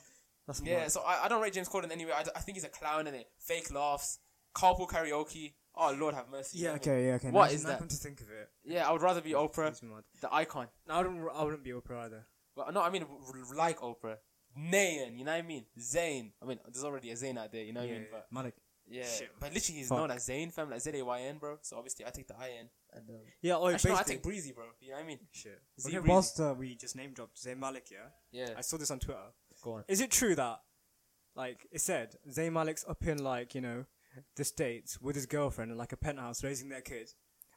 Speaker 2: That's
Speaker 4: yeah,
Speaker 2: mad.
Speaker 4: so I, I don't rate James Corden anyway. I, d- I think he's a clown, innit? Fake laughs, carpool karaoke. Oh, Lord have mercy.
Speaker 2: Yeah.
Speaker 4: I mean,
Speaker 2: Okay. Yeah. Okay.
Speaker 4: What
Speaker 2: now-
Speaker 4: is
Speaker 2: now
Speaker 4: that?
Speaker 2: Come to think of it,
Speaker 4: Yeah, I would rather be Oprah,
Speaker 2: it's mad.
Speaker 4: the icon.
Speaker 2: No, I don't. I wouldn't be Oprah either.
Speaker 4: But no, I mean r- r- like Oprah, Nayan. You know what I mean? Zayn. I mean, there's already a Zayn out there. You know what I mean? But
Speaker 2: Malik.
Speaker 4: yeah,
Speaker 2: Shit,
Speaker 4: but literally he's
Speaker 2: Fuck.
Speaker 4: known as Zayn, fam, like Z A Y N, bro. So obviously I take the I N. And um,
Speaker 2: Yeah. Oh,
Speaker 4: actually, no, I
Speaker 2: basically-
Speaker 4: take Breezy, bro. You know what I mean?
Speaker 2: Shit.
Speaker 4: Z
Speaker 2: Okay,
Speaker 4: Breezy.
Speaker 2: whilst uh, we just name dropped Zayn Malik, yeah?
Speaker 4: Yeah,
Speaker 2: I saw this on Twitter.
Speaker 1: Go on.
Speaker 2: Is it true that, like, it said Zayn Malik's up in, like, you know, the States with his girlfriend in, like, a penthouse raising their kid,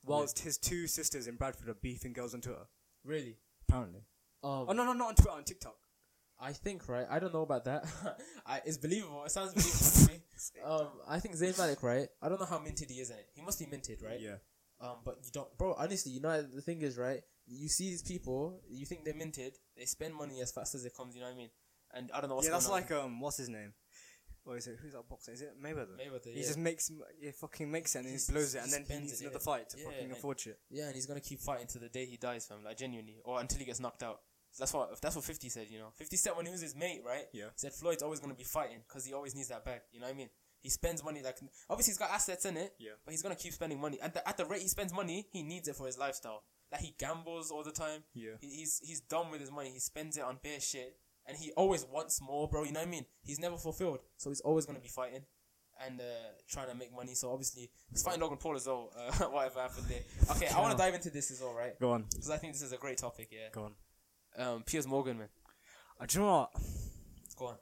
Speaker 2: whilst his two sisters in Bradford are beefing girls on Twitter?
Speaker 1: Really?
Speaker 2: Apparently.
Speaker 1: Um,
Speaker 2: Oh, no, no, not on Twitter, on TikTok.
Speaker 1: I think right. I don't know about that. I, it's believable. It sounds believable to me. Um, I think Zayn Malik, right? I don't know how minted he is in it. He must be minted, right?
Speaker 2: Yeah.
Speaker 1: Um, but you don't, bro. Honestly, you know the thing is, right? You see these people, you think they're minted. They spend money as fast as it comes. You know what I mean? And I don't know what's
Speaker 2: yeah, that's
Speaker 1: going
Speaker 2: like, um, what's his name? What is it? Who's that boxer? Is it Mayweather?
Speaker 1: on. Mayweather.
Speaker 2: He
Speaker 1: yeah.
Speaker 2: just makes, m- it fucking makes it and then
Speaker 1: He's-
Speaker 2: he blows it
Speaker 1: he
Speaker 2: and then he
Speaker 1: spends
Speaker 2: needs
Speaker 1: it,
Speaker 2: another
Speaker 1: yeah.
Speaker 2: fight to
Speaker 1: Yeah,
Speaker 2: fucking
Speaker 1: and-
Speaker 2: afford shit.
Speaker 1: yeah, and he's gonna keep fighting to the day he dies, fam. Like genuinely, or until he gets knocked out. That's what that's what Fifty said. You know, Fifty said when he was his mate, right?
Speaker 2: Yeah.
Speaker 1: He said Floyd's always gonna be fighting because he always needs that bag. You know what I mean? He spends money like obviously he's got assets in it.
Speaker 2: Yeah.
Speaker 1: But he's gonna keep spending money. At the, at the rate he spends money, he needs it for his lifestyle. Like he gambles all the time.
Speaker 2: Yeah.
Speaker 1: He, he's he's dumb with his money. He spends it on bare shit, and he always wants more, bro. You know what I mean? He's never fulfilled, so he's always gonna be fighting and uh, trying to make money. So obviously, he's fighting Logan Paul as well. Uh, whatever happened there. Okay, I want to
Speaker 2: Yeah.
Speaker 1: dive into this as well, right?
Speaker 2: Go on.
Speaker 1: Because I think this is a great topic. Yeah.
Speaker 2: Go on.
Speaker 1: Um, Piers Morgan, man.
Speaker 2: Uh, do you know what?
Speaker 1: Go on.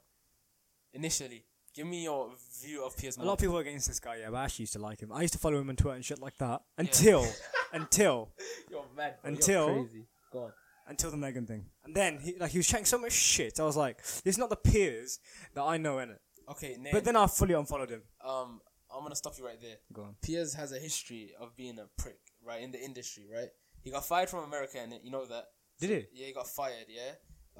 Speaker 1: Initially, give me your view of Piers
Speaker 2: A lot of
Speaker 1: Morgan.
Speaker 2: people are against this guy, yeah, but I actually used to like him. I used to follow him on Twitter and shit like that. Until, until,
Speaker 1: You're mad.
Speaker 2: bro. You're Until-
Speaker 1: crazy. Go on.
Speaker 2: until the Megan thing. And then, he, like, he was chatting so much shit. I was like, this is not the peers that I know, innit?
Speaker 1: Okay, Nate,
Speaker 2: But then I fully unfollowed him.
Speaker 1: um, I'm gonna stop you right there.
Speaker 2: Go on.
Speaker 1: Piers has a history of being a prick, right, in the industry, right? He got fired from America, and you know that.
Speaker 2: Did he?
Speaker 1: Yeah, he got fired. Yeah,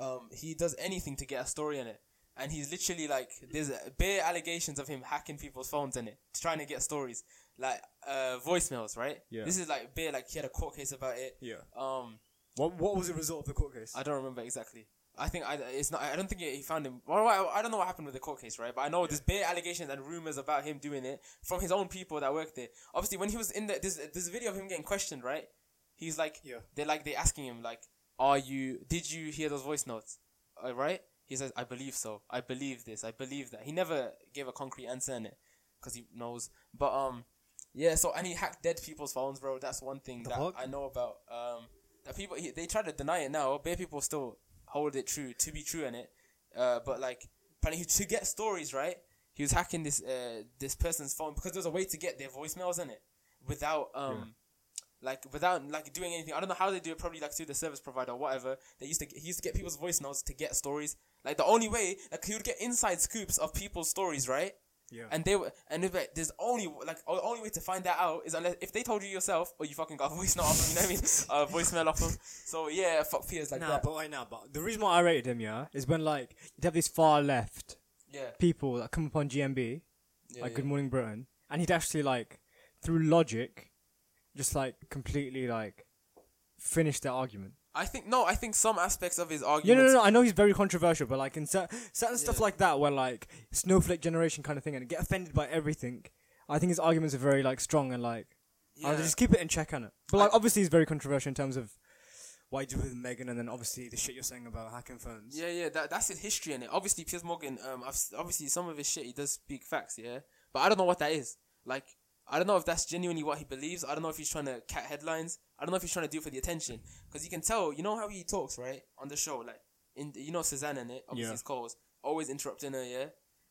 Speaker 1: um, he does anything to get a story in it, and he's literally like, there's uh, bare allegations of him hacking people's phones in it, trying to get stories, like uh, voicemails, right?
Speaker 2: Yeah.
Speaker 1: This is like bare, like he had a court case about it.
Speaker 2: Yeah.
Speaker 1: Um,
Speaker 2: What, what was the result of the court case?
Speaker 1: I don't remember exactly. I think I it's not. I don't think he found him. Well, I, I don't know what happened with the court case, right? But I know there's bare allegations and rumors about him doing it from his own people that work there. Obviously, when he was in the there's there's a video of him getting questioned, right? He's like,
Speaker 2: Yeah.
Speaker 1: they're like they asking him like, are you? Did you hear those voice notes? Uh, right? He says, I believe so. I believe this. I believe that. He never gave a concrete answer in it because he knows. But um, yeah. So and he hacked dead people's phones, bro. That's one thing
Speaker 2: The
Speaker 1: that
Speaker 2: fuck?
Speaker 1: I know about. Um, that people he- they try to deny it now. Bare people still hold it true to be true in it. Uh, but like apparently to get stories right, he was hacking this uh this person's phone because there's a way to get their voicemails in it without um. Like without like doing anything, I don't know how they do it. Probably like through the service provider or whatever. They used to he used to get people's voice notes to get stories. Like the only way like he would get inside scoops of people's stories, right?
Speaker 2: yeah.
Speaker 1: And they were, and they were like, there's only like o- only way to find that out is unless if they told you yourself or you fucking got a voice note off them, you know what I mean? A voicemail off them. So yeah, fuck peers like
Speaker 2: nah,
Speaker 1: that.
Speaker 2: but right now, but the reason why I rated him, yeah, is when, like, you'd have these far left
Speaker 1: yeah,
Speaker 2: people that come upon GMB,
Speaker 1: yeah,
Speaker 2: like
Speaker 1: yeah.
Speaker 2: Good Morning Britain, and he'd actually like through logic, just like completely like finish their argument.
Speaker 1: I think no, I think some aspects of his
Speaker 2: Yeah,
Speaker 1: argument.
Speaker 2: no, no, no, I know he's very controversial, but like in cer- certain stuff
Speaker 1: Yeah.
Speaker 2: like that, where like snowflake generation kind of thing, and get offended by everything, I think his arguments are very like strong and like I'll
Speaker 1: Yeah.
Speaker 2: just keep it in check on it. But like obviously, he's very controversial in terms of why you do with Megan, and then obviously the shit you're saying about hacking phones.
Speaker 1: Yeah, yeah, that, that's his history in it. Obviously, Piers Morgan, um, I've, s- obviously some of his shit he does speak facts, yeah, but I don't know what that is. Like, I don't know if that's genuinely what he believes. I don't know if he's trying to cat headlines. I don't know if he's trying to do it for the attention because you can tell. You know how he talks right on the show, like in you know Suzanne in it. Obviously,
Speaker 2: Yeah.
Speaker 1: his calls always interrupting her. Yeah,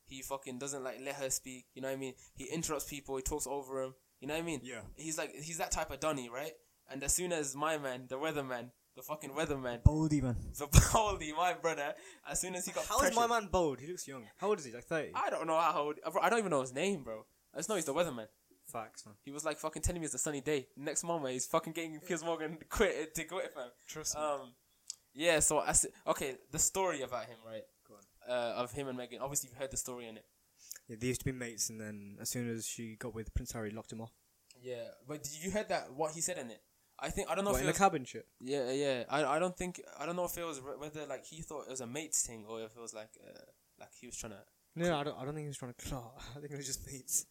Speaker 1: he fucking doesn't like let her speak. You know what I mean? He interrupts people. He talks over him. You know what I mean?
Speaker 2: Yeah.
Speaker 1: He's like he's that type of Donny, right? And as soon as my man, the weatherman, the fucking weatherman,
Speaker 2: Boldy man.
Speaker 1: the Baldy, my brother, as soon as he got
Speaker 2: How
Speaker 1: pressured,
Speaker 2: is my man bold? He looks young. How old is he? Like thirty.
Speaker 1: I don't know how old. bro, I don't even know his name, bro. I just know he's the weatherman.
Speaker 2: Facts, man.
Speaker 1: He was like fucking telling me it's a sunny day. Next moment, he's fucking getting Piers Morgan to quit to quit, fam.
Speaker 2: Trust
Speaker 1: Um, yeah. So I s- okay, the story about him, right? uh, of him and Meghan. Obviously, you've heard the story in it.
Speaker 2: Yeah, they used to be mates, and then as soon as she got with Prince Harry, locked him off.
Speaker 1: Yeah, but did you heard that what he said in it? I think I don't know
Speaker 2: What,
Speaker 1: if
Speaker 2: in
Speaker 1: it was,
Speaker 2: the cabin shit.
Speaker 1: yeah yeah I, I don't think I don't know if it was re- whether like he thought it was a mates thing or if it was like uh, like he was trying to
Speaker 2: No, I don't. I don't think he was trying to claw. I think it was just mates.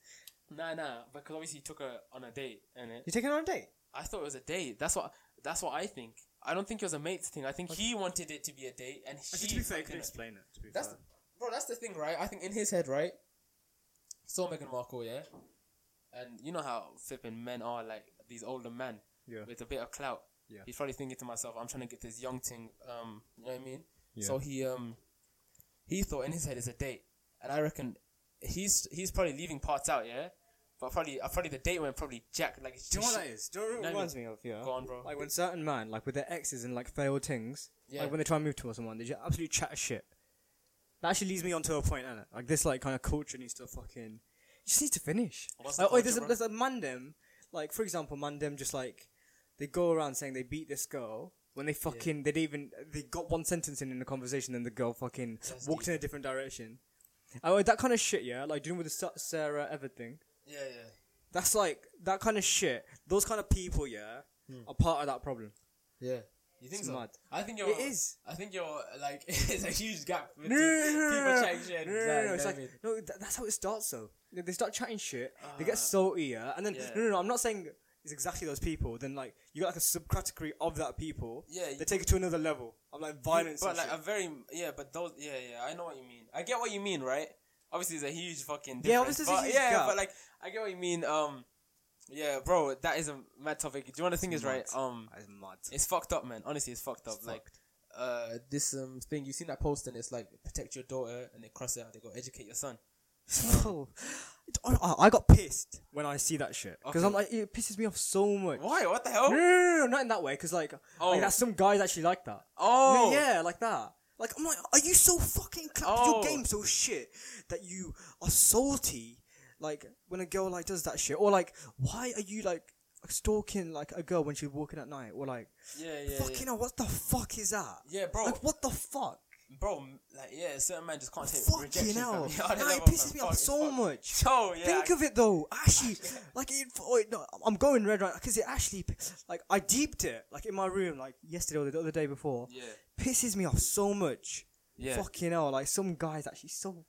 Speaker 1: nah nah because obviously he took her on a date and it
Speaker 2: You taking her on a date?
Speaker 1: I thought it was a date that's what that's what I think I don't think it was a mates thing I think he wanted it to be a date and she fucking-
Speaker 2: explain it. To be
Speaker 1: That's bro. That's the thing, right? I think in his head, right? Saw Meghan Markle, yeah, and you know how flipping men are, like these older men
Speaker 2: Yeah.
Speaker 1: with a bit of clout.
Speaker 2: Yeah.
Speaker 1: He's probably thinking to myself, I'm trying to get this young thing. Um, you know what I mean?
Speaker 2: Yeah.
Speaker 1: So he um, he thought in his head it's a date, and I reckon he's he's probably leaving parts out, yeah. But probably, uh, probably the date went probably Jack like.
Speaker 2: Do you know what that is? Do you know what
Speaker 1: No,
Speaker 2: it
Speaker 1: no.
Speaker 2: reminds me of? Yeah.
Speaker 1: Go on, bro.
Speaker 2: Like when certain man, like with their exes and like failed things,
Speaker 1: Yeah.
Speaker 2: like when they try and move towards someone, they just absolutely chat shit. That actually leads me on to a point, innit? Like this, like kind of culture needs to fucking. You just need to finish.
Speaker 1: What's the
Speaker 2: Like, oh, there's a,
Speaker 1: culture,
Speaker 2: there's a mandem, like for example, mandem just like they go around saying they beat this girl when they fucking they didn't even they got one sentence in in the conversation, and the girl fucking
Speaker 1: That's
Speaker 2: walked
Speaker 1: deep.
Speaker 2: in a different direction. Oh, that kind of shit, yeah. Like doing with the Sa- Sarah Everett thing.
Speaker 1: yeah, yeah.
Speaker 2: That's like that kind of shit. Those kind of people, yeah,
Speaker 1: Hmm.
Speaker 2: are part of that problem.
Speaker 1: Yeah. You think
Speaker 2: It's
Speaker 1: so?
Speaker 2: mad.
Speaker 1: I think you're.
Speaker 2: It is.
Speaker 1: I think you're like it's a huge gap. between
Speaker 2: No, no, no, no,
Speaker 1: people
Speaker 2: no,
Speaker 1: chatting shit.
Speaker 2: no, no, no,
Speaker 1: like,
Speaker 2: no, It's
Speaker 1: you know
Speaker 2: like
Speaker 1: what I mean?
Speaker 2: no. That, that's how it starts, though. They, they start chatting shit. they
Speaker 1: Ah.
Speaker 2: get salty, yeah, and then
Speaker 1: Yeah.
Speaker 2: no, no, no. I'm not saying it's exactly those people. Then like you got like a subcategory of that people.
Speaker 1: Yeah, you-
Speaker 2: They take it to another level of like violence.
Speaker 1: But
Speaker 2: and
Speaker 1: like
Speaker 2: shit.
Speaker 1: a very yeah, but those yeah yeah. I know what you mean. I get what you mean, right? Obviously, there's a huge fucking difference.
Speaker 2: Yeah, obviously there's a
Speaker 1: but-
Speaker 2: huge
Speaker 1: yeah,
Speaker 2: gap.
Speaker 1: but like I get what you mean. Um, yeah, bro, that is a mad topic. Do you want to think is right?
Speaker 2: Mad.
Speaker 1: Um,
Speaker 2: That is mad.
Speaker 1: it's fucked up, man. Honestly, it's fucked up.
Speaker 2: It's
Speaker 1: like, uh, this um thing you seen that post and it's like protect your daughter and they cross it out. They go educate your son.
Speaker 2: Oh, it- I, I got pissed when I see that shit because
Speaker 1: Okay.
Speaker 2: I'm like it pisses me off so much.
Speaker 1: Why? What the
Speaker 2: No,
Speaker 1: hell?
Speaker 2: no, no, no, not in that way. Because like,
Speaker 1: Oh.
Speaker 2: like that some guys actually like that.
Speaker 1: Oh
Speaker 2: No, yeah, like that. Like, I'm like, are you so fucking clapped?
Speaker 1: Oh.
Speaker 2: Your game so shit that you are salty. Like when a girl like does that shit, or like, why are you like stalking like a girl when she's walking at night, or like,
Speaker 1: yeah yeah
Speaker 2: fucking
Speaker 1: yeah.
Speaker 2: hell, what the fuck is that?
Speaker 1: Yeah, bro.
Speaker 2: Like, what the fuck?
Speaker 1: bro, m- like yeah, certain man just can't take
Speaker 2: Fucking
Speaker 1: rejection.
Speaker 2: hell!
Speaker 1: From
Speaker 2: Nah, it pisses me off so much.
Speaker 1: So yeah,
Speaker 2: Think
Speaker 1: I-
Speaker 2: of it though, actually, like it. Oh, it- no, I'm going red right because it actually, like, I deeped it like in my room like yesterday or the other day before.
Speaker 1: yeah,
Speaker 2: Pisses me off so much.
Speaker 1: yeah.
Speaker 2: Fucking hell! Like some guys actually so.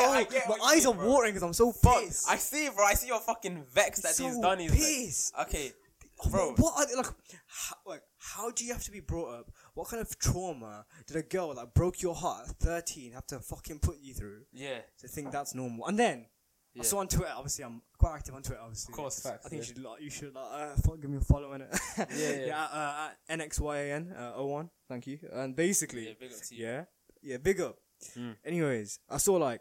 Speaker 1: Yeah, I get
Speaker 2: my
Speaker 1: what you
Speaker 2: eyes
Speaker 1: mean,
Speaker 2: are
Speaker 1: bro.
Speaker 2: watering because I'm so
Speaker 1: Fuck,
Speaker 2: pissed.
Speaker 1: I see, bro. I see you're fucking vexed that
Speaker 2: so
Speaker 1: he's done. He's
Speaker 2: pissed.
Speaker 1: Like, okay,
Speaker 2: Oh,
Speaker 1: bro.
Speaker 2: What, what are they, like, how, like? How do you have to be brought up? What kind of trauma did a girl that broke your heart at 13 have to fucking put you through
Speaker 1: Yeah,
Speaker 2: to think that's normal? And then
Speaker 1: Yeah.
Speaker 2: I saw on Twitter. Obviously, I'm quite active on Twitter. Obviously,
Speaker 1: of course, facts.
Speaker 2: I think
Speaker 1: yeah.
Speaker 2: you should like you should like uh, fuck, give me a follow on it. yeah,
Speaker 1: yeah.
Speaker 2: uh, at nxyan uh, 01. Thank you. And basically,
Speaker 1: Yeah, big up to you.
Speaker 2: yeah, yeah, big up.
Speaker 1: Mm.
Speaker 2: Anyways, I saw like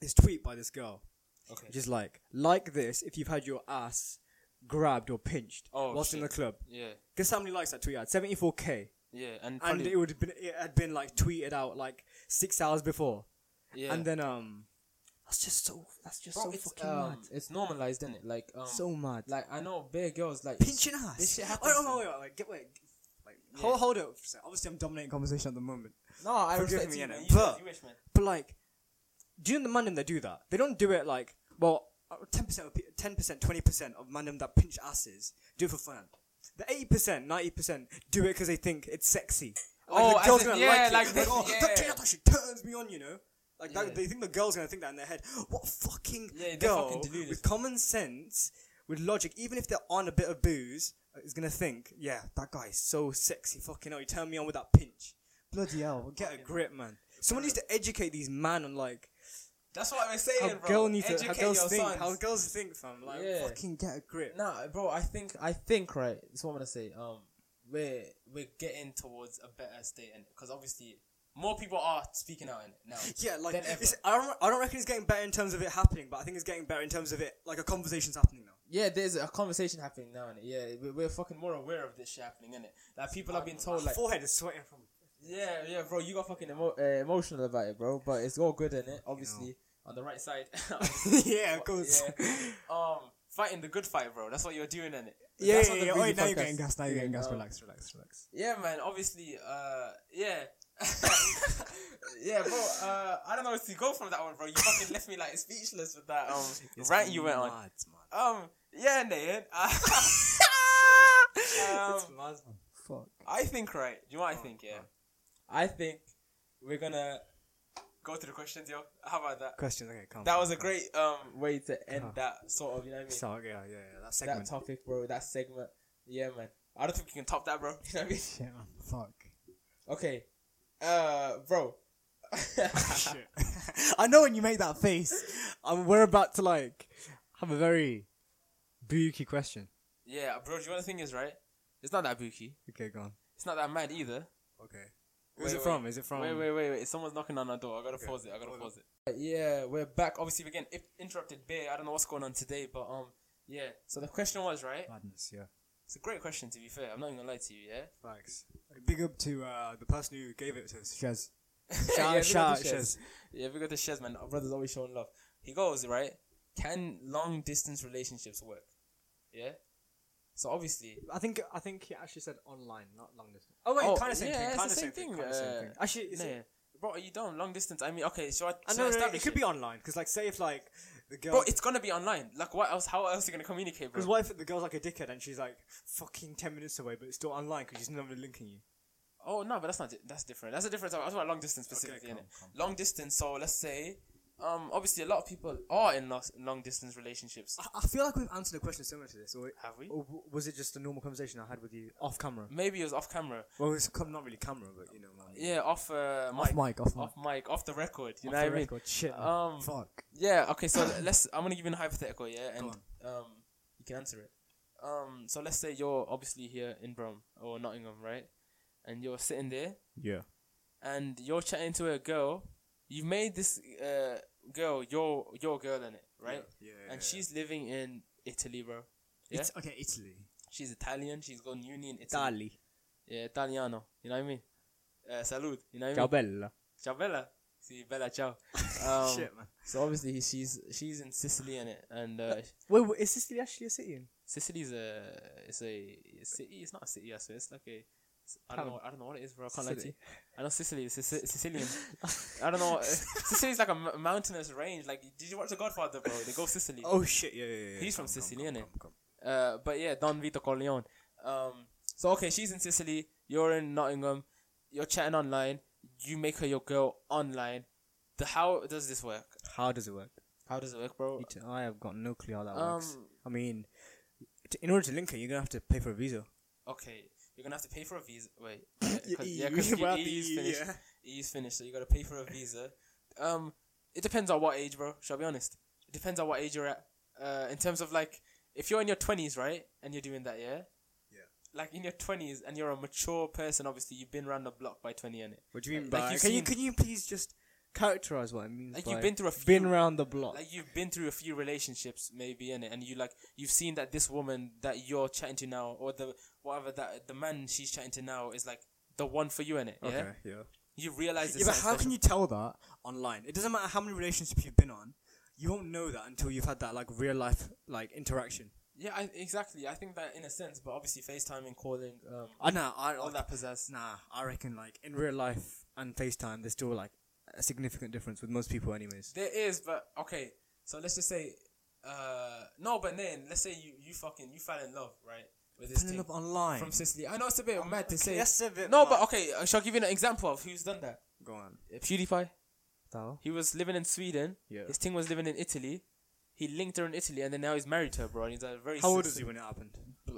Speaker 2: this tweet by this girl,
Speaker 1: Okay.
Speaker 2: which is like like this if you've had your ass grabbed or pinched
Speaker 1: Oh,
Speaker 2: whilst in the
Speaker 1: shit.
Speaker 2: club.
Speaker 1: Yeah,
Speaker 2: Guess how many likes that tweet had? Seventy four k,
Speaker 1: yeah, and
Speaker 2: and
Speaker 1: probably,
Speaker 2: it would have been it had been like tweeted out like six hours before,
Speaker 1: yeah.
Speaker 2: and then um, that's just so that's just
Speaker 1: bro,
Speaker 2: so
Speaker 1: it's
Speaker 2: fucking
Speaker 1: um,
Speaker 2: mad,
Speaker 1: it's normalized, isn't it? Like um,
Speaker 2: so mad.
Speaker 1: like I know bare girls like
Speaker 2: pinching ass.
Speaker 1: This shit
Speaker 2: Oh,
Speaker 1: happens.
Speaker 2: oh, wait, wait, wait, get wait. Like, hold, hold it. For a sec. Obviously, I'm dominating conversation at the moment.
Speaker 1: no, I
Speaker 2: Forgive
Speaker 1: respect
Speaker 2: me,
Speaker 1: you,
Speaker 2: innit?
Speaker 1: man. You,
Speaker 2: But-
Speaker 1: you wish, man.
Speaker 2: But like, do you know the mandem that do that? They don't do it like well, uh, ten percent, ten percent, twenty percent of mandem that pinch asses do it for fun. The eighty percent, ninety percent do it because they think it's sexy. Like,
Speaker 1: Oh,
Speaker 2: the girl's
Speaker 1: as in-
Speaker 2: gonna
Speaker 1: yeah,
Speaker 2: like it.
Speaker 1: like this-
Speaker 2: oh, that,
Speaker 1: yeah.
Speaker 2: that actually turns me on, you know. Like
Speaker 1: Yeah.
Speaker 2: that, they think the girl's gonna think that in their head. What fucking
Speaker 1: Yeah, they're
Speaker 2: girl
Speaker 1: fucking deluded.
Speaker 2: with common sense, with logic, even if they're on a bit of booze, uh, is gonna think, yeah, that guy is so sexy. Fucking hell, you turned me on with that pinch. Bloody hell, get a grip, man. Someone needs to educate these men on like
Speaker 1: That's what I'm saying,
Speaker 2: how
Speaker 1: bro.
Speaker 2: girl needs to, how
Speaker 1: Educate
Speaker 2: girls
Speaker 1: your
Speaker 2: think,
Speaker 1: sons.
Speaker 2: how girls think, fam. Like
Speaker 1: Yeah.
Speaker 2: fucking get a grip.
Speaker 1: Nah, bro. I think I think right. That's what I'm gonna say. Um, we're we're getting towards a better state, and because obviously more people are speaking out in it now.
Speaker 2: Yeah, like
Speaker 1: than ever.
Speaker 2: it's, I don't, I don't reckon it's getting better in terms of it happening, but I think it's getting better in terms of it like a conversation's happening now.
Speaker 1: yeah, there's a conversation happening now, and yeah, we- we're fucking more aware of this shit happening, innit? Like people are being told,
Speaker 2: My
Speaker 1: like,
Speaker 2: forehead is sweating from.
Speaker 1: yeah, yeah, bro, you got fucking emo- uh, emotional about it, bro, but it's all good in it, obviously, on the right side.
Speaker 2: yeah, of course. Yeah,
Speaker 1: um, fighting the good fight, bro. That's what you're doing in it.
Speaker 2: yeah,
Speaker 1: That's
Speaker 2: yeah.
Speaker 1: what the
Speaker 2: yeah.
Speaker 1: Breezy
Speaker 2: Oh, now
Speaker 1: podcast-
Speaker 2: you're getting gas. Now you're getting gas.
Speaker 1: Um,
Speaker 2: Relax, relax, relax.
Speaker 1: Yeah, man. Obviously, uh, yeah. yeah, bro. Uh, I don't know where to go from that one, bro. You fucking left me like speechless with that um rant you went on.
Speaker 2: mad, man.
Speaker 1: Um, yeah, Nathan. um,
Speaker 5: it's mad, man.
Speaker 2: Fuck.
Speaker 1: I think right. Do you know what I think? Yeah, I think we're gonna go to the questions, yo. How about that?
Speaker 2: Questions. Okay, come.
Speaker 1: That was a great um way to end
Speaker 2: Huh.
Speaker 1: that sort of. You know what I mean?
Speaker 2: So, yeah, yeah, yeah. That
Speaker 1: that
Speaker 2: segment.
Speaker 1: topic, bro. That segment. Yeah, man. I don't think you can top that, bro. You know what I mean?
Speaker 5: Shit, man. Fuck.
Speaker 1: Okay. Uh, bro.
Speaker 5: Shit.
Speaker 2: I know when you make that face, um, we're about to like have a very booky question.
Speaker 1: yeah, bro. Do you know what the thing is, right? It's not that booky.
Speaker 2: Okay, go on.
Speaker 1: It's not that mad either.
Speaker 2: Okay. Who's
Speaker 1: Wait,
Speaker 2: it from? Is it from?
Speaker 1: Wait, wait, wait, wait. Someone's knocking on our door. I gotta
Speaker 2: Okay.
Speaker 1: pause it. I gotta
Speaker 2: Hold
Speaker 1: pause it. Uh, Yeah, we're back. Obviously, again, if interrupted beer. I don't know what's going on today, but um, yeah. So the question was, right?
Speaker 5: Madness, yeah.
Speaker 1: It's a great question. To be fair, I'm not even gonna lie to you. Yeah.
Speaker 2: Thanks.
Speaker 5: Big up to uh, the person who gave it to us, Shez.
Speaker 1: Yeah,
Speaker 2: Shout,
Speaker 1: we
Speaker 2: out,
Speaker 1: got
Speaker 2: shout,
Speaker 1: the
Speaker 2: out,
Speaker 1: Shez.
Speaker 2: Shiz.
Speaker 1: Yeah, we got the Shez man. Our brother's always showing love. He goes right. Can long distance relationships work? Yeah. So obviously,
Speaker 2: I think I think he actually said online, not long distance. Oh wait,
Speaker 1: Oh,
Speaker 2: kind of same
Speaker 1: yeah,
Speaker 2: thing.
Speaker 1: it's
Speaker 2: Kind
Speaker 1: the
Speaker 2: of
Speaker 1: same
Speaker 2: same
Speaker 1: thing,
Speaker 2: thing. Kind of same
Speaker 1: uh,
Speaker 2: thing. Actually, is
Speaker 1: no,
Speaker 2: it?
Speaker 1: yeah. bro, are you done? Long distance. I mean, okay, so I,
Speaker 2: I
Speaker 1: should
Speaker 2: know,
Speaker 1: I
Speaker 2: no, no,
Speaker 1: establish
Speaker 2: it could be online because, like, say if like the girl,
Speaker 1: Bro, it's gonna be online. Like, what else? How else are you gonna communicate, bro?
Speaker 2: because what if the girl's like a dickhead and she's like fucking ten minutes away, but it's still online because she's never linking you.
Speaker 1: Oh no, but that's not di- that's different. That's a different topic. I was about long distance specifically.
Speaker 5: calm,
Speaker 1: innit?
Speaker 5: calm,
Speaker 1: Long distance. So let's say, um, obviously a lot of people are in los- long distance relationships.
Speaker 2: I, I feel like we've answered a question similar to this, or,
Speaker 1: Have we?
Speaker 2: or w- was it just a normal conversation I had with you off camera?
Speaker 1: Maybe it was off camera.
Speaker 2: Well, it's com- not really camera, but you know, what I mean.
Speaker 1: Yeah, off uh, mic,
Speaker 2: off mic, off mic,
Speaker 1: off mic, off the record. You
Speaker 2: Off
Speaker 1: know what I
Speaker 2: the
Speaker 1: mean?
Speaker 2: record. Shit. man.
Speaker 1: Um,
Speaker 5: Fuck.
Speaker 1: yeah. Okay, so let's. I'm gonna give you a hypothetical. Yeah, and um, you can answer it. Um, so let's say you're obviously here in Brom or Nottingham, right? And you're sitting there.
Speaker 2: yeah.
Speaker 1: and you're chatting to a girl, you've made this uh, girl your your girl in it, right?
Speaker 5: Yeah.
Speaker 1: and she's living in Italy, bro. yeah?
Speaker 5: It's, okay, Italy.
Speaker 1: She's Italian. She's gone uni in Italy.
Speaker 2: Dali.
Speaker 1: yeah, Italiano. You know what I mean? Uh, salud. You know what I
Speaker 2: Ciao
Speaker 1: mean?
Speaker 2: bella.
Speaker 1: Ciao, bella. Si, bella, ciao. Um,
Speaker 5: Shit, man.
Speaker 1: so obviously he- she's she's in Sicily in it, and uh,
Speaker 2: Wait, wait, is Sicily actually a city?
Speaker 1: Sicily's a it's a a city. It's not a city, I swear. It's like a I don't know. I don't know what it is, bro. I can't lie to you.
Speaker 2: Sicily.
Speaker 1: I know Sicily, Sic- Sicilian. I don't know. Sicily's like a m- mountainous range. Like, did you watch The Godfather, bro? They go Sicily.
Speaker 2: Oh shit! Yeah, yeah, yeah.
Speaker 1: He's from Sicily, innit? Uh, but yeah, Don Vito Corleone. Um, so okay, she's in Sicily. You're in Nottingham. You're chatting online. You make her your girl online. The how does this work?
Speaker 2: How does it work?
Speaker 1: How does it work, bro?
Speaker 2: It- I have got no clue how that
Speaker 1: Um,
Speaker 2: works. I mean, t- in order to link her, you're gonna have to pay for a visa.
Speaker 1: Okay, you're gonna have to pay for a visa. Wait,
Speaker 2: Your
Speaker 1: cause,
Speaker 2: EU,
Speaker 1: yeah, 'cause
Speaker 2: about
Speaker 1: your
Speaker 2: the
Speaker 1: EU's
Speaker 2: EU,
Speaker 1: finished.
Speaker 2: yeah.
Speaker 1: EU's finished, so you gotta pay for a visa. Um, it depends on what age, bro. Shall I be honest? It depends on what age you're at. Uh, in terms of like, if you're in your twenties, right, and you're doing that, yeah.
Speaker 5: Yeah.
Speaker 1: Like in your twenties, and you're a mature person. Obviously, you've been around the block by twenty, and it.
Speaker 2: What do you mean
Speaker 1: Like
Speaker 2: by?
Speaker 1: you've
Speaker 2: can you
Speaker 1: seen-
Speaker 2: can you please just characterize what it means?
Speaker 1: Like
Speaker 2: by
Speaker 1: you've been through a few.
Speaker 2: been around the block.
Speaker 1: like you've been through a few relationships, maybe in it, and you like you've seen that this woman that you're chatting to now, or the whatever that the man she's chatting to now is like the one for you in it. Yeah.
Speaker 2: yeah.
Speaker 1: You realize this.
Speaker 5: Yeah, but how can you tell that online? It doesn't matter how many relationships you've been on. You won't know that until you've had that like real life like interaction.
Speaker 1: Yeah, I, exactly. I think that in a sense, but obviously FaceTiming, calling,
Speaker 2: Oh.
Speaker 1: um,
Speaker 5: I know. I
Speaker 1: all
Speaker 5: like,
Speaker 1: that possess.
Speaker 5: Nah, I reckon like in
Speaker 2: In
Speaker 5: real.
Speaker 2: real life and FaceTime, there's still like a significant difference with most people, anyways.
Speaker 1: There is, but okay. So let's just say, uh, no, but then let's say you you fucking you fell in love, right? With this
Speaker 5: Ending
Speaker 1: thing
Speaker 5: up online.
Speaker 1: from Sicily. I know it's a bit mad to say.
Speaker 5: Yes, a bit
Speaker 1: no,
Speaker 5: mad.
Speaker 1: but okay. I shall give you an example of who's done that.
Speaker 5: go on.
Speaker 1: Uh, PewDiePie.
Speaker 2: Thou?
Speaker 1: He was living in Sweden.
Speaker 2: Yeah.
Speaker 1: His thing was living in Italy. He linked her in Italy, and then now he's married to her, bro. And he's a very.
Speaker 5: How old
Speaker 1: sus-
Speaker 5: was he when it happened?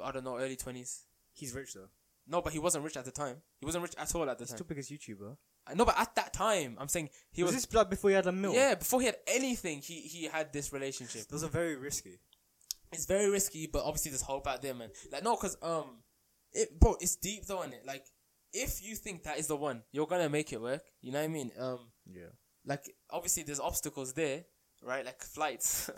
Speaker 1: I don't know, early twenties.
Speaker 5: He's rich though.
Speaker 1: No, but he wasn't rich at the time. He wasn't rich at all at the
Speaker 2: He's
Speaker 1: time.
Speaker 2: still biggest YouTuber.
Speaker 1: Uh, No, but at that time, I'm saying he was.
Speaker 2: this blood before you had a milk?
Speaker 1: Yeah, before he had anything, he he had this relationship.
Speaker 5: Those are very risky.
Speaker 1: It's very risky, but obviously there's hope out there, man. Like no, cause um, it bro, it's deep though, is it? Like if you think that is the one, you're gonna make it work. You know what I mean? Um,
Speaker 2: Yeah.
Speaker 1: like obviously there's obstacles there, right? Like flights,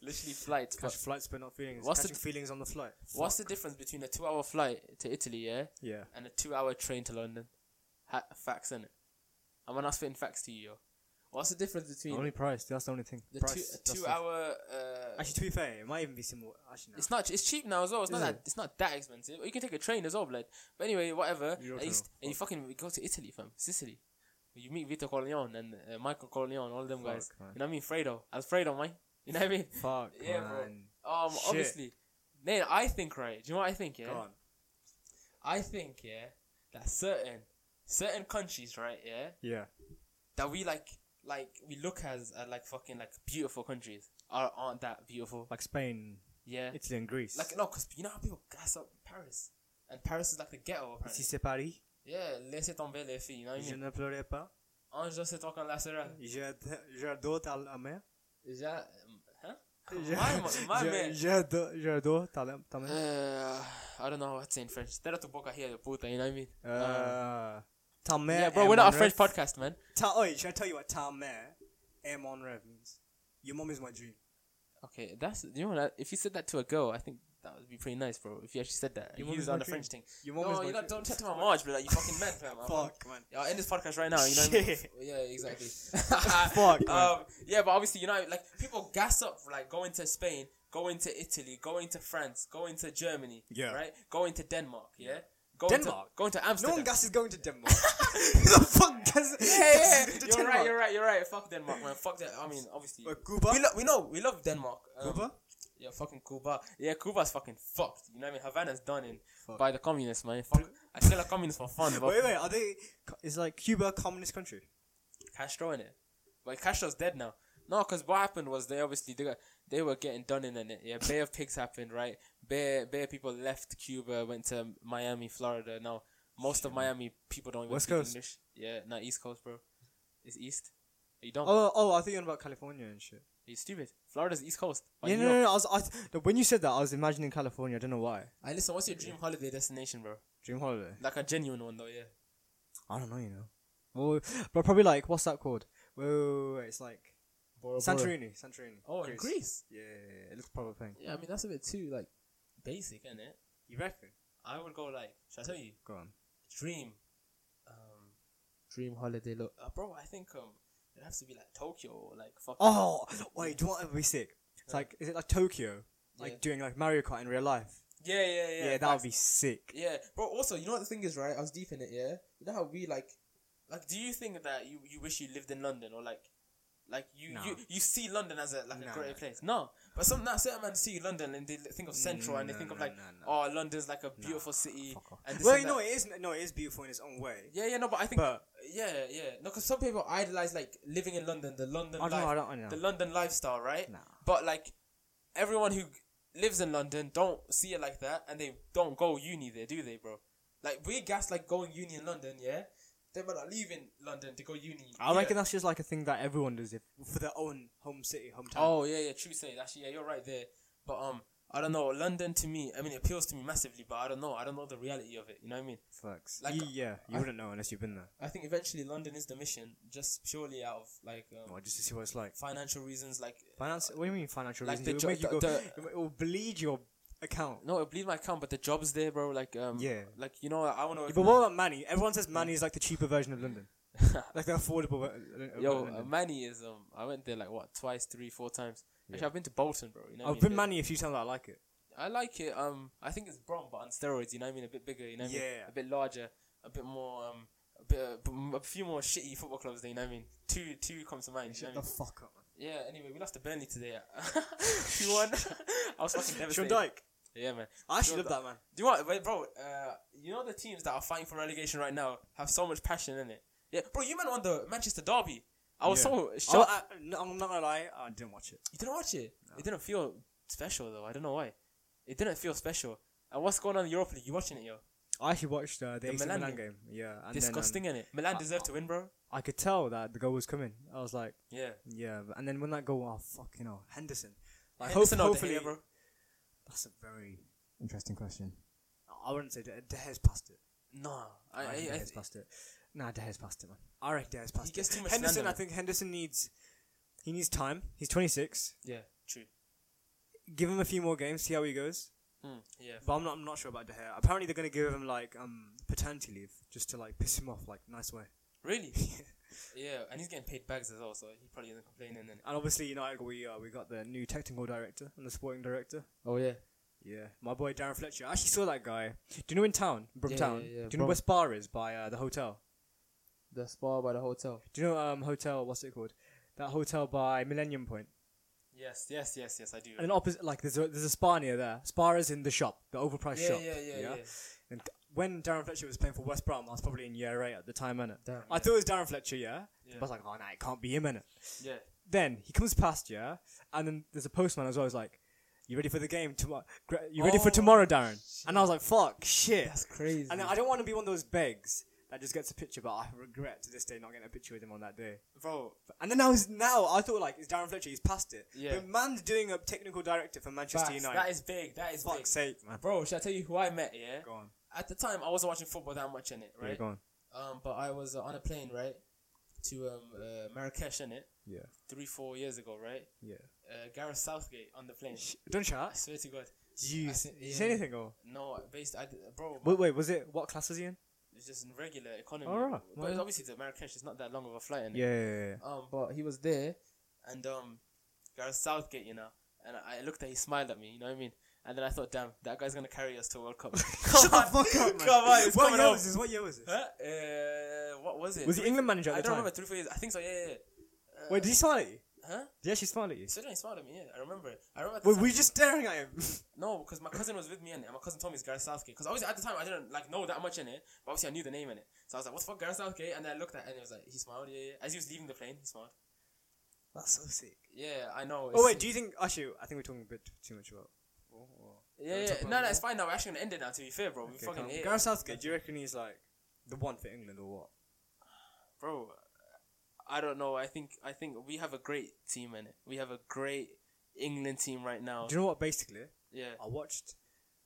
Speaker 1: literally flights.
Speaker 5: Catch
Speaker 1: But
Speaker 5: flights, but not feelings.
Speaker 1: What's the-
Speaker 5: Catching feelings on the flight.
Speaker 1: what's the difference between a two-hour flight to Italy, yeah,
Speaker 2: Yeah.
Speaker 1: and a two-hour train to London? Ha- facts in it. I'm gonna spitting facts to you. Yo. What's the difference between
Speaker 2: Only price. That's the only thing.
Speaker 1: the
Speaker 2: price,
Speaker 1: two,
Speaker 2: that's
Speaker 1: two
Speaker 2: the-
Speaker 1: hour? Uh,
Speaker 2: Actually, to be fair, it might even be similar. Actually, no.
Speaker 1: it's not. It's cheap now as well. It's not
Speaker 2: Is it?
Speaker 1: that. It's not that expensive. Or you can take a train as well, blood. But anyway, whatever.
Speaker 2: Eurotunnel.
Speaker 1: At least, and you fucking go to Italy, fam. Sicily. You meet Vito Corleone and uh, Michael Corleone, all them guys.
Speaker 2: Fuck, man.
Speaker 1: You know what I mean? Fredo. Alfredo, man. You know what I mean?
Speaker 2: Fuck,
Speaker 1: Yeah, bro.
Speaker 2: man.
Speaker 1: Um,
Speaker 2: Shit.
Speaker 1: obviously. Man, I think right. Do you know what I think? Yeah.
Speaker 2: Go on.
Speaker 1: I think yeah that certain certain countries right yeah
Speaker 2: Yeah.
Speaker 1: that we like like we look as uh, like fucking like beautiful countries are aren't that beautiful
Speaker 2: Like Spain,
Speaker 1: yeah
Speaker 2: Italy, and Greece.
Speaker 1: like no because you know how people gas up Paris and Paris is like the ghetto apparently
Speaker 2: Si c'est Paris,
Speaker 1: yeah laissez tomber les filles you know what I
Speaker 2: je
Speaker 1: mean
Speaker 2: ne pleurais pas.
Speaker 1: Ange c'est toi qu'on laissera
Speaker 2: J'ad- J'adore ta la mer.
Speaker 1: yeah um, huh
Speaker 2: Je-
Speaker 1: my mo- my
Speaker 2: je-
Speaker 1: man
Speaker 2: J'adore j'adore ta la- ta mer.
Speaker 1: uh, I don't know what to say in French Tera tu boca here puta you know what I mean Um,
Speaker 2: Uh, Ta mère.
Speaker 1: yeah bro
Speaker 2: est
Speaker 1: we're not
Speaker 2: mon
Speaker 1: a French
Speaker 2: rêve.
Speaker 1: podcast man
Speaker 2: Ta, oi, should I tell you what ta mère est mon rêve means? Your mom is my dream.
Speaker 1: Okay, that's you know that if you said that to a girl, I think that would be pretty nice, bro. If you actually said that,
Speaker 2: Your
Speaker 1: you
Speaker 2: mom
Speaker 1: used
Speaker 2: is
Speaker 1: it on the
Speaker 2: my dream.
Speaker 1: French thing.
Speaker 2: Your mom
Speaker 1: No,
Speaker 2: is
Speaker 1: you don't
Speaker 2: my dream.
Speaker 1: don't touch my marge, bro. You fucking mad, fam. I'm-
Speaker 2: Fuck, man.
Speaker 1: Yeah, I'll end this podcast right now. You know. What I mean?
Speaker 2: Shit.
Speaker 1: Yeah, exactly. Fuck.
Speaker 2: man.
Speaker 1: Um, yeah, but obviously, you know, like people gas up, like going to Spain, going to Italy, going to France, going to Germany.
Speaker 2: Yeah.
Speaker 1: Right. Going to Denmark. Yeah. Going To,
Speaker 2: Denmark?
Speaker 1: going to
Speaker 2: No
Speaker 1: Amsterdam.
Speaker 2: one gas is going to Denmark. the fuck gas,
Speaker 1: yeah, yeah,
Speaker 2: gas
Speaker 1: yeah.
Speaker 2: is going to
Speaker 1: You're
Speaker 2: Denmark?
Speaker 1: right. You're right. You're right. Fuck Denmark, man. Fuck that. I mean, obviously.
Speaker 2: Uh, Cuba?
Speaker 1: We, lo- we know we love Denmark. Um,
Speaker 2: Cuba?
Speaker 1: Yeah, fucking Cuba. Yeah, Cuba's fucking fucked. You know what I mean? Havana's done in
Speaker 2: Fuck.
Speaker 1: by the communists, man. Fuck. I still a communist for fun, but
Speaker 2: Wait, wait, are they... Is like Cuba a communist country?
Speaker 1: Castro in it. But Castro's dead now. No, because what happened was they obviously they, got, they were getting done in it. Yeah, Bay of Pigs happened, right? Bear Bear people left Cuba, went to Miami, Florida. Now most of Miami people don't even
Speaker 2: West
Speaker 1: speak
Speaker 2: Coast.
Speaker 1: English. Yeah, not East Coast, bro. It's East. You don't.
Speaker 2: Oh, oh, I thought you were on about California and shit.
Speaker 1: You stupid. Florida's East Coast. But
Speaker 2: Yeah,
Speaker 1: you
Speaker 2: no,
Speaker 1: know-
Speaker 2: no, no. I was, I, th- when you said that, I was imagining California. I don't know why.
Speaker 1: Hey, listen, what's your dream holiday destination, bro?
Speaker 2: Dream holiday.
Speaker 1: Like a genuine one, though. Yeah.
Speaker 2: I don't know, you know. Well, but probably like what's that called? Wait, wait, wait, wait, it's like Santorini. Santorini.
Speaker 1: Oh, in Greece.
Speaker 2: Yeah, yeah, yeah, it looks proper thing.
Speaker 1: Yeah, I mean that's a bit too like basic, isn't it?
Speaker 2: You reckon?
Speaker 1: I would go like, should I tell you?
Speaker 2: Go on.
Speaker 1: Dream, um, dream holiday look, uh, bro. I think um, it has to be like Tokyo or like fuck.
Speaker 2: Oh, wait, do you want to be sick? It's like, is it like Tokyo? Like
Speaker 1: Yeah.
Speaker 2: doing like Mario Kart in real life?
Speaker 1: yeah, yeah, yeah.
Speaker 2: Yeah, that would be sick.
Speaker 1: Yeah, bro. Also, you know what the thing is, right? I was deep in it. Yeah, you know how we like, like, do you think that you you wish you lived in London or like, like you
Speaker 2: No.
Speaker 1: you, you see London as a like
Speaker 2: No,
Speaker 1: a greater
Speaker 2: no,
Speaker 1: place? No, but some now certain men see London and they think of Central and they
Speaker 2: No,
Speaker 1: think of
Speaker 2: no,
Speaker 1: like,
Speaker 2: no, no.
Speaker 1: oh, London's like a beautiful city.
Speaker 2: fuck off.
Speaker 1: And this
Speaker 2: Well,
Speaker 1: and
Speaker 2: you
Speaker 1: that.
Speaker 2: know, it is no, it is beautiful in its own way.
Speaker 1: Yeah, yeah, no, but I think
Speaker 2: But-
Speaker 1: yeah, yeah, no, because some people idolize like living in London, the London,
Speaker 2: I don't
Speaker 1: life,
Speaker 2: know, I don't- I don't
Speaker 1: the
Speaker 2: know.
Speaker 1: London lifestyle, right?
Speaker 2: Nah.
Speaker 1: But like everyone who lives in London don't see it like that, and they don't go uni there, do they, bro? Like we gas like going uni in London, yeah. They might not leave in London to go uni.
Speaker 2: I
Speaker 1: here.
Speaker 2: reckon that's just like a thing that everyone does if, for their own home city, hometown.
Speaker 1: Oh yeah, yeah, true say. Actually, yeah, you're right there. But um, I don't know. London to me, I mean, it appeals to me massively, but I don't know. I don't know the reality of it. You know what I mean?
Speaker 2: Fucks.
Speaker 1: Like,
Speaker 2: Ye- yeah, you
Speaker 1: I-
Speaker 2: wouldn't know unless you've been there.
Speaker 1: I think eventually London is the mission, just purely out of like um,
Speaker 2: Well, just to see what it's like.
Speaker 1: financial reasons, like
Speaker 2: Finance? What do you mean financial
Speaker 1: like
Speaker 2: reasons?
Speaker 1: the
Speaker 2: it
Speaker 1: jo-
Speaker 2: will make you
Speaker 1: the-
Speaker 2: go.
Speaker 1: the-
Speaker 2: it will bleed your account.
Speaker 1: No, I believe my account, but the jobs there, bro. Like, um,
Speaker 2: Yeah.
Speaker 1: like you know, I want
Speaker 2: Yeah,
Speaker 1: to.
Speaker 2: but what about Manny? Everyone says Manny is like the cheaper version of London, like the affordable. ver- uh,
Speaker 1: Yo,
Speaker 2: London.
Speaker 1: uh, Manny is um, I went there like what twice, three, four times. Actually,
Speaker 2: Yeah.
Speaker 1: I've been to Bolton, bro. You know, what I
Speaker 2: I've
Speaker 1: mean?
Speaker 2: been
Speaker 1: The-
Speaker 2: Manny a few times. I like it.
Speaker 1: I like it. Um, I think it's Brom, but on steroids. You know what I mean? A bit bigger. You know what I mean?
Speaker 2: Yeah.
Speaker 1: A bit larger. A bit more. Um, a bit. Uh, b- m- a few more shitty football clubs. There, you know what I mean? Two, two comes to mind. You know
Speaker 2: Shut
Speaker 1: what I
Speaker 2: the
Speaker 1: mean?
Speaker 2: fuck up.
Speaker 1: Yeah. Anyway, we lost to Burnley today. Two one. I was fucking
Speaker 2: Sean
Speaker 1: devastated.
Speaker 2: Dyke.
Speaker 1: Yeah, man.
Speaker 2: I actually
Speaker 1: Sean
Speaker 2: love that man.
Speaker 1: Do you want, wait, bro? Uh, you know the teams that are fighting for relegation right now have so much passion in it. Yeah, bro, you man on the Manchester derby. I was
Speaker 2: Yeah.
Speaker 1: so
Speaker 2: Oh,
Speaker 1: shocked.
Speaker 2: I, no, I'm not gonna lie. I didn't watch it.
Speaker 1: you didn't watch it. It didn't feel special though. I don't know why. It didn't feel special. And what's going on in Europa League? You watching it, yo?
Speaker 2: I actually watched uh, the, AC
Speaker 1: Milan
Speaker 2: Milan,
Speaker 1: game.
Speaker 2: game. Yeah, and
Speaker 1: Disgusting,
Speaker 2: Then, um,
Speaker 1: innit? Milan
Speaker 2: I-
Speaker 1: deserved to win, bro.
Speaker 2: um, I could tell that the goal was coming. I was like,
Speaker 1: Yeah.
Speaker 2: yeah, but- and then when that goal, oh fucking hell, Henderson. Like,
Speaker 1: Henderson or
Speaker 2: hope-
Speaker 1: De
Speaker 2: hopefully,
Speaker 1: Gea, bro.
Speaker 2: That's a very interesting question. I wouldn't say De, De Gea's past it.
Speaker 1: No, I,
Speaker 2: I,
Speaker 1: I,
Speaker 2: reckon De
Speaker 1: I,
Speaker 2: Gea's past it. Nah, De Gea's past it, man. I reckon De Gea's past
Speaker 1: he gets
Speaker 2: it.
Speaker 1: too much
Speaker 2: Henderson,
Speaker 1: slander,
Speaker 2: I
Speaker 1: man.
Speaker 2: think Henderson needs he needs time. He's 26.
Speaker 1: yeah, true.
Speaker 2: Give him a few more games, see how he goes.
Speaker 1: Hmm, yeah.
Speaker 2: But I'm not I'm not sure about De Gea. Apparently they're gonna give him like um paternity leave just to like piss him off like nice way.
Speaker 1: Really? Yeah, and he's getting paid bags as well, so he probably isn't complaining. Then
Speaker 2: And obviously, United, we uh, we got the new technical director and the sporting director.
Speaker 3: Oh yeah.
Speaker 2: Yeah, my boy Darren Fletcher. I actually saw that guy. Do you know in town, Brum
Speaker 3: Yeah,
Speaker 2: Town?
Speaker 3: yeah,
Speaker 2: Do
Speaker 3: yeah,
Speaker 2: you know
Speaker 3: Brum.
Speaker 2: where Spa is by uh, the hotel?
Speaker 3: The spa by the hotel.
Speaker 2: Do you know um hotel? What's it called? That hotel by Millennium Point.
Speaker 1: yes, yes, yes, yes, I do.
Speaker 2: And then opposite, like there's a there's a spa near there. Spa is in the shop, the overpriced
Speaker 1: yeah,
Speaker 2: shop.
Speaker 1: yeah, yeah, yeah,
Speaker 2: And when Darren Fletcher was playing for West Brom, I was probably in year eight at the time, innit?
Speaker 3: Damn,
Speaker 2: I thought it was Darren Fletcher, yeah.
Speaker 1: Yeah.
Speaker 2: But I was like, oh no, it can't be him, innit?
Speaker 1: yeah.
Speaker 2: Then he comes past, yeah, and then there's a postman as well. He's like, "You ready for the game tomorrow? You ready for
Speaker 1: Oh,
Speaker 2: tomorrow, Darren?" And I was like, "Fuck, shit."
Speaker 3: crazy.
Speaker 2: And I don't want to be one of those begs that just gets a picture, but I regret to this day not getting a picture with him on that day.
Speaker 1: Bro,
Speaker 2: And then I was now I thought like, "Is Darren Fletcher? He's past it."
Speaker 1: Yeah.
Speaker 2: But man's doing a technical director for Manchester
Speaker 1: facts,
Speaker 2: United.
Speaker 1: that is big. That is big.
Speaker 2: Fuck's sake, man.
Speaker 1: Bro, should I tell you who I met? Yeah.
Speaker 2: Go on.
Speaker 1: At the time, I wasn't watching football that much in it,
Speaker 2: Yeah,
Speaker 1: right?
Speaker 2: go on.
Speaker 1: um, but I was uh, on a plane, right, to um uh, Marrakesh in it.
Speaker 2: Yeah.
Speaker 1: Three, four years ago, right?
Speaker 2: Yeah.
Speaker 1: Uh, Gareth Southgate on the plane.
Speaker 2: Sh- don't
Speaker 1: I
Speaker 2: shout.
Speaker 1: swear to God.
Speaker 2: Did you
Speaker 1: I
Speaker 2: s-
Speaker 1: said-
Speaker 2: did you
Speaker 1: yeah.
Speaker 2: say anything or?
Speaker 1: No, based, I, d- bro,
Speaker 2: Wait, wait, was it what class was he in?
Speaker 1: it's just in regular economy.
Speaker 2: Alright,
Speaker 1: But
Speaker 2: well-
Speaker 1: it's obviously to Marrakesh, it's not that long of a flight. innit?
Speaker 2: Yeah, yeah, yeah, yeah.
Speaker 1: Um, but he was there, and um, Gareth Southgate, you know, and I I looked at, he smiled at me, you know what I mean, and then I thought, damn, that guy's gonna carry us to World Cup.
Speaker 2: Shut the fuck up, man.
Speaker 1: Come on, it's
Speaker 2: what
Speaker 1: coming
Speaker 2: year
Speaker 1: up.
Speaker 2: was this? What year was this?
Speaker 1: Huh? Uh, what was it?
Speaker 2: Was he England manager
Speaker 1: I
Speaker 2: at
Speaker 1: don't
Speaker 2: the time?
Speaker 1: remember three, four years. I think so. Yeah, yeah. yeah. Uh,
Speaker 2: Wait, did he smile at you?
Speaker 1: Huh?
Speaker 2: Did he actually smile at you?
Speaker 1: He stood there and smiled at me. Yeah, I remember. it. I remember. at the
Speaker 2: Were
Speaker 1: time-
Speaker 2: we just staring at him?
Speaker 1: No, because my cousin was with me in it. And my cousin told me it's Gareth Southgate. Because obviously at the time I didn't like know that much in it, but obviously I knew the name in it. So I was like, "What's the fuck, Gareth Southgate?" And then I looked at it and it was like, he smiled. Yeah, yeah. As he was leaving the plane, he smiled.
Speaker 2: That's so sick.
Speaker 1: Yeah, I know.
Speaker 2: Oh
Speaker 1: it's-
Speaker 2: wait, do you think actually? I think we're talking a bit too much about.
Speaker 1: Yeah, yeah. No, no, it's fine now. We're actually gonna end it now. To be fair, bro, we fucking hate
Speaker 2: Gareth Southgate. Do you reckon he's like the one for England or what?
Speaker 1: bro. I don't know. I think I think we have a great team in it. We have a great England team right now.
Speaker 2: Do you know what? Basically,
Speaker 1: Yeah,
Speaker 2: I watched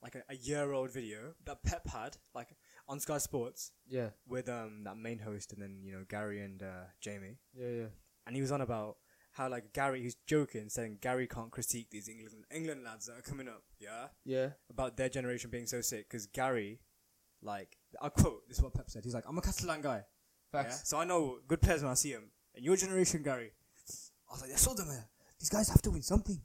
Speaker 2: like a, a year-old video that Pep had like on Sky Sports
Speaker 3: yeah,
Speaker 2: with um that main host and then you know Gary and uh, Jamie,
Speaker 3: yeah, yeah.
Speaker 2: and he was on about how like Gary he's joking saying Gary can't critique these England England lads that are coming up. Yeah.
Speaker 3: Yeah.
Speaker 2: about their generation being so sick because Gary, like, I quote this is what Pep said. He's like, "I'm a Catalan guy, yeah?
Speaker 3: Facts.
Speaker 2: so I know good players when I see them." And your generation, Gary, I was like, "I saw them. Man. These guys have to win something.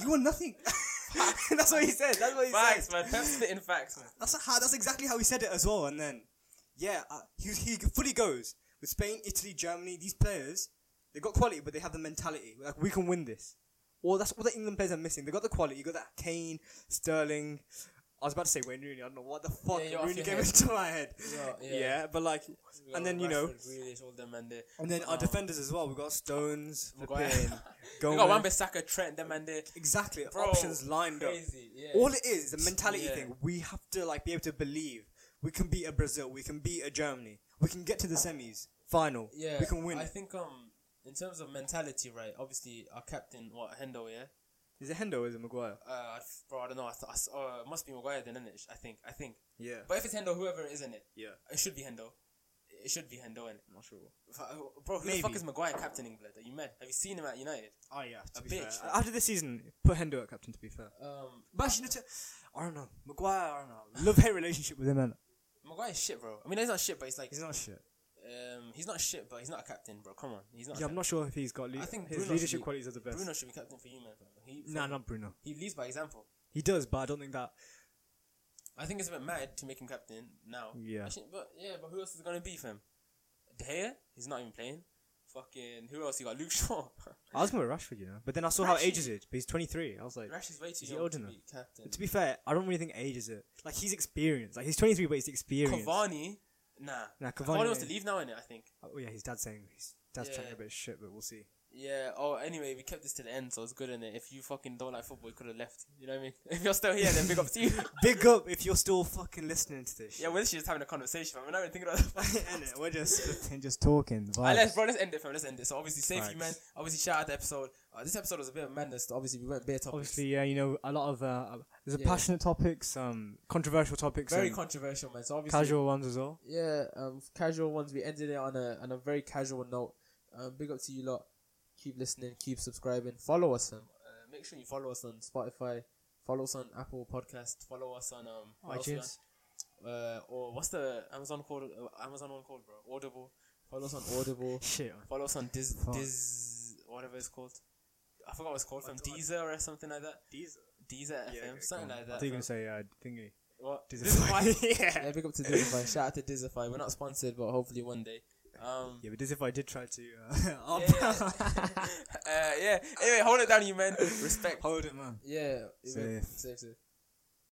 Speaker 2: you won nothing." that's what he said. That's what he
Speaker 1: facts,
Speaker 2: said.
Speaker 1: man. That's in facts, man.
Speaker 2: That's how. That's exactly how he said it as well. And then, yeah, uh, he he fully goes with Spain, Italy, Germany. These players, they got quality, but they have the mentality. Like we can win this. Or that's all the England players are missing. They got the quality. You got that Kane, Sterling. I was about to say Wayne Rooney. I don't know what the fuck
Speaker 1: you're off
Speaker 2: Rooney
Speaker 1: your
Speaker 2: came
Speaker 1: head.
Speaker 2: into my head.
Speaker 1: Yeah,
Speaker 2: Yeah, but like, and then you know,
Speaker 1: Rashford, Grealish, all them and there.
Speaker 2: and then our
Speaker 1: Um,
Speaker 2: defenders as well. We got Stones,
Speaker 1: we got-
Speaker 2: flipping,
Speaker 1: We
Speaker 2: Gomez.
Speaker 1: got Wan-Bissaka, Trent, them and there.
Speaker 2: Exactly,
Speaker 1: Bro,
Speaker 2: options lined up.
Speaker 1: Crazy, yeah.
Speaker 2: All it is, the mentality
Speaker 1: Yeah.
Speaker 2: thing. We have to like be able to believe we can beat a Brazil, we can beat a Germany, we can get to the semis, final.
Speaker 1: yeah,
Speaker 2: we can win.
Speaker 1: I think um, in terms of mentality, right? Obviously, our captain, what Hendo, yeah.
Speaker 2: is it Hendo? Or is it Maguire?
Speaker 1: Uh, bro, I don't know. I, th- I s- uh, it must be Maguire then, innit? I think. I think.
Speaker 2: Yeah,
Speaker 1: But if it's Hendo, whoever it is, innit?
Speaker 2: yeah.
Speaker 1: It should be Hendo. It should be Hendo, innit?
Speaker 2: I'm not sure.
Speaker 1: F- uh, Bro, who
Speaker 2: Maybe.
Speaker 1: the fuck is Maguire captaining, blood? Are you mad? Have you seen him at United?
Speaker 2: Oh yeah, to
Speaker 1: A
Speaker 2: be
Speaker 1: bitch,
Speaker 2: fair.
Speaker 1: man.
Speaker 2: After this season, put Hendo at captain. To be fair,
Speaker 1: Um,
Speaker 2: but actually, no, to- I don't know. Maguire, I don't know. Love hate relationship with him, man.
Speaker 1: Maguire's shit, bro. I mean, he's not shit, but he's like,
Speaker 2: He's not shit.
Speaker 1: um, he's not shit, but he's not a captain, bro. Come on, he's not. a
Speaker 2: Yeah, I'm
Speaker 1: captain.
Speaker 2: not sure if he's got. Le-
Speaker 1: I think
Speaker 2: his
Speaker 1: Bruno should
Speaker 2: leadership
Speaker 1: be-
Speaker 2: qualities are the best.
Speaker 1: Bruno should be captain for you, man. Bro. He
Speaker 2: nah, not Bruno.
Speaker 1: he leads by example.
Speaker 2: He does, but I don't think that.
Speaker 1: I think it's a bit mad to make him captain now.
Speaker 2: Yeah.
Speaker 1: Actually, but yeah, but who else is gonna be for him? De Gea, he's not even playing. Fucking who else? You got Luke Shaw.
Speaker 2: I was going with Rashford, you know. But then I saw how
Speaker 1: Rashford-
Speaker 2: age is it. But he's 23. I was like,
Speaker 1: Rash is way too
Speaker 2: Is he
Speaker 1: young
Speaker 2: old
Speaker 1: to
Speaker 2: enough?
Speaker 1: be captain.
Speaker 2: To be fair, I don't really think age is it. Like he's experienced. Like he's 23, but he's experienced.
Speaker 1: Cavani, nah.
Speaker 2: Nah, Cavani-
Speaker 1: Cavani, wants to leave now, innit? I think.
Speaker 2: Oh yeah, his dad's saying his dad's trying
Speaker 1: Yeah.
Speaker 2: a bit of shit, but we'll see.
Speaker 1: Yeah. Oh, anyway, we kept this to the end, so it's good, innit? If you fucking don't like football, you could have left. You know what I mean? If you're still here, then big up to you.
Speaker 2: Big up if you're still fucking listening to this.
Speaker 1: yeah,
Speaker 2: Shit.
Speaker 1: we're literally just having a conversation, man. We're not even thinking about that.
Speaker 2: Innit? we're just flipping, just talking.
Speaker 1: Alright,
Speaker 2: vibes.
Speaker 1: let's, bro, let's end it, fam. Let's end it. So obviously, save you, man.
Speaker 2: Facts.
Speaker 1: Obviously, shout out the episode. Uh, this episode was a bit of madness. Obviously, we went bare topics.
Speaker 2: Obviously, yeah, you know a lot of uh, there's a
Speaker 1: Yeah.
Speaker 2: passionate topics, um, controversial topics,
Speaker 1: very
Speaker 2: and
Speaker 1: controversial, man. So obviously,
Speaker 2: casual ones as well.
Speaker 3: Yeah, um, casual ones. We ended it on a on a very casual note. Um, big up to you lot. Keep listening. Keep subscribing. Follow us. Um,
Speaker 1: uh, make sure you follow us on Spotify, follow us on Apple Podcast, follow us on um what else we
Speaker 2: iTunes.
Speaker 1: on? uh, or what's the Amazon called uh, Amazon one called, bro? Audible. Follow us on Audible.
Speaker 2: Shit.
Speaker 1: Follow us on Diz,
Speaker 2: Fuck.
Speaker 1: Diz whatever it's called. I forgot what it's called from Deezer or something like that.
Speaker 6: These.
Speaker 1: Deezer
Speaker 6: Yeah,
Speaker 1: FM,
Speaker 6: okay,
Speaker 1: something like
Speaker 2: I
Speaker 1: that.
Speaker 2: think you gonna say uh, thingy.
Speaker 1: What?
Speaker 2: Dizify.
Speaker 1: Dizify. yeah, big up to Dizify. Shout out to Dizify. We're not sponsored, but hopefully one day. Um,
Speaker 2: Yeah, but this if I did try to. Uh, up.
Speaker 1: yeah. uh, yeah. Anyway, hold it down, you men. Respect.
Speaker 6: Hold it, man.
Speaker 1: Yeah.
Speaker 2: Safe.
Speaker 1: Safe, safe.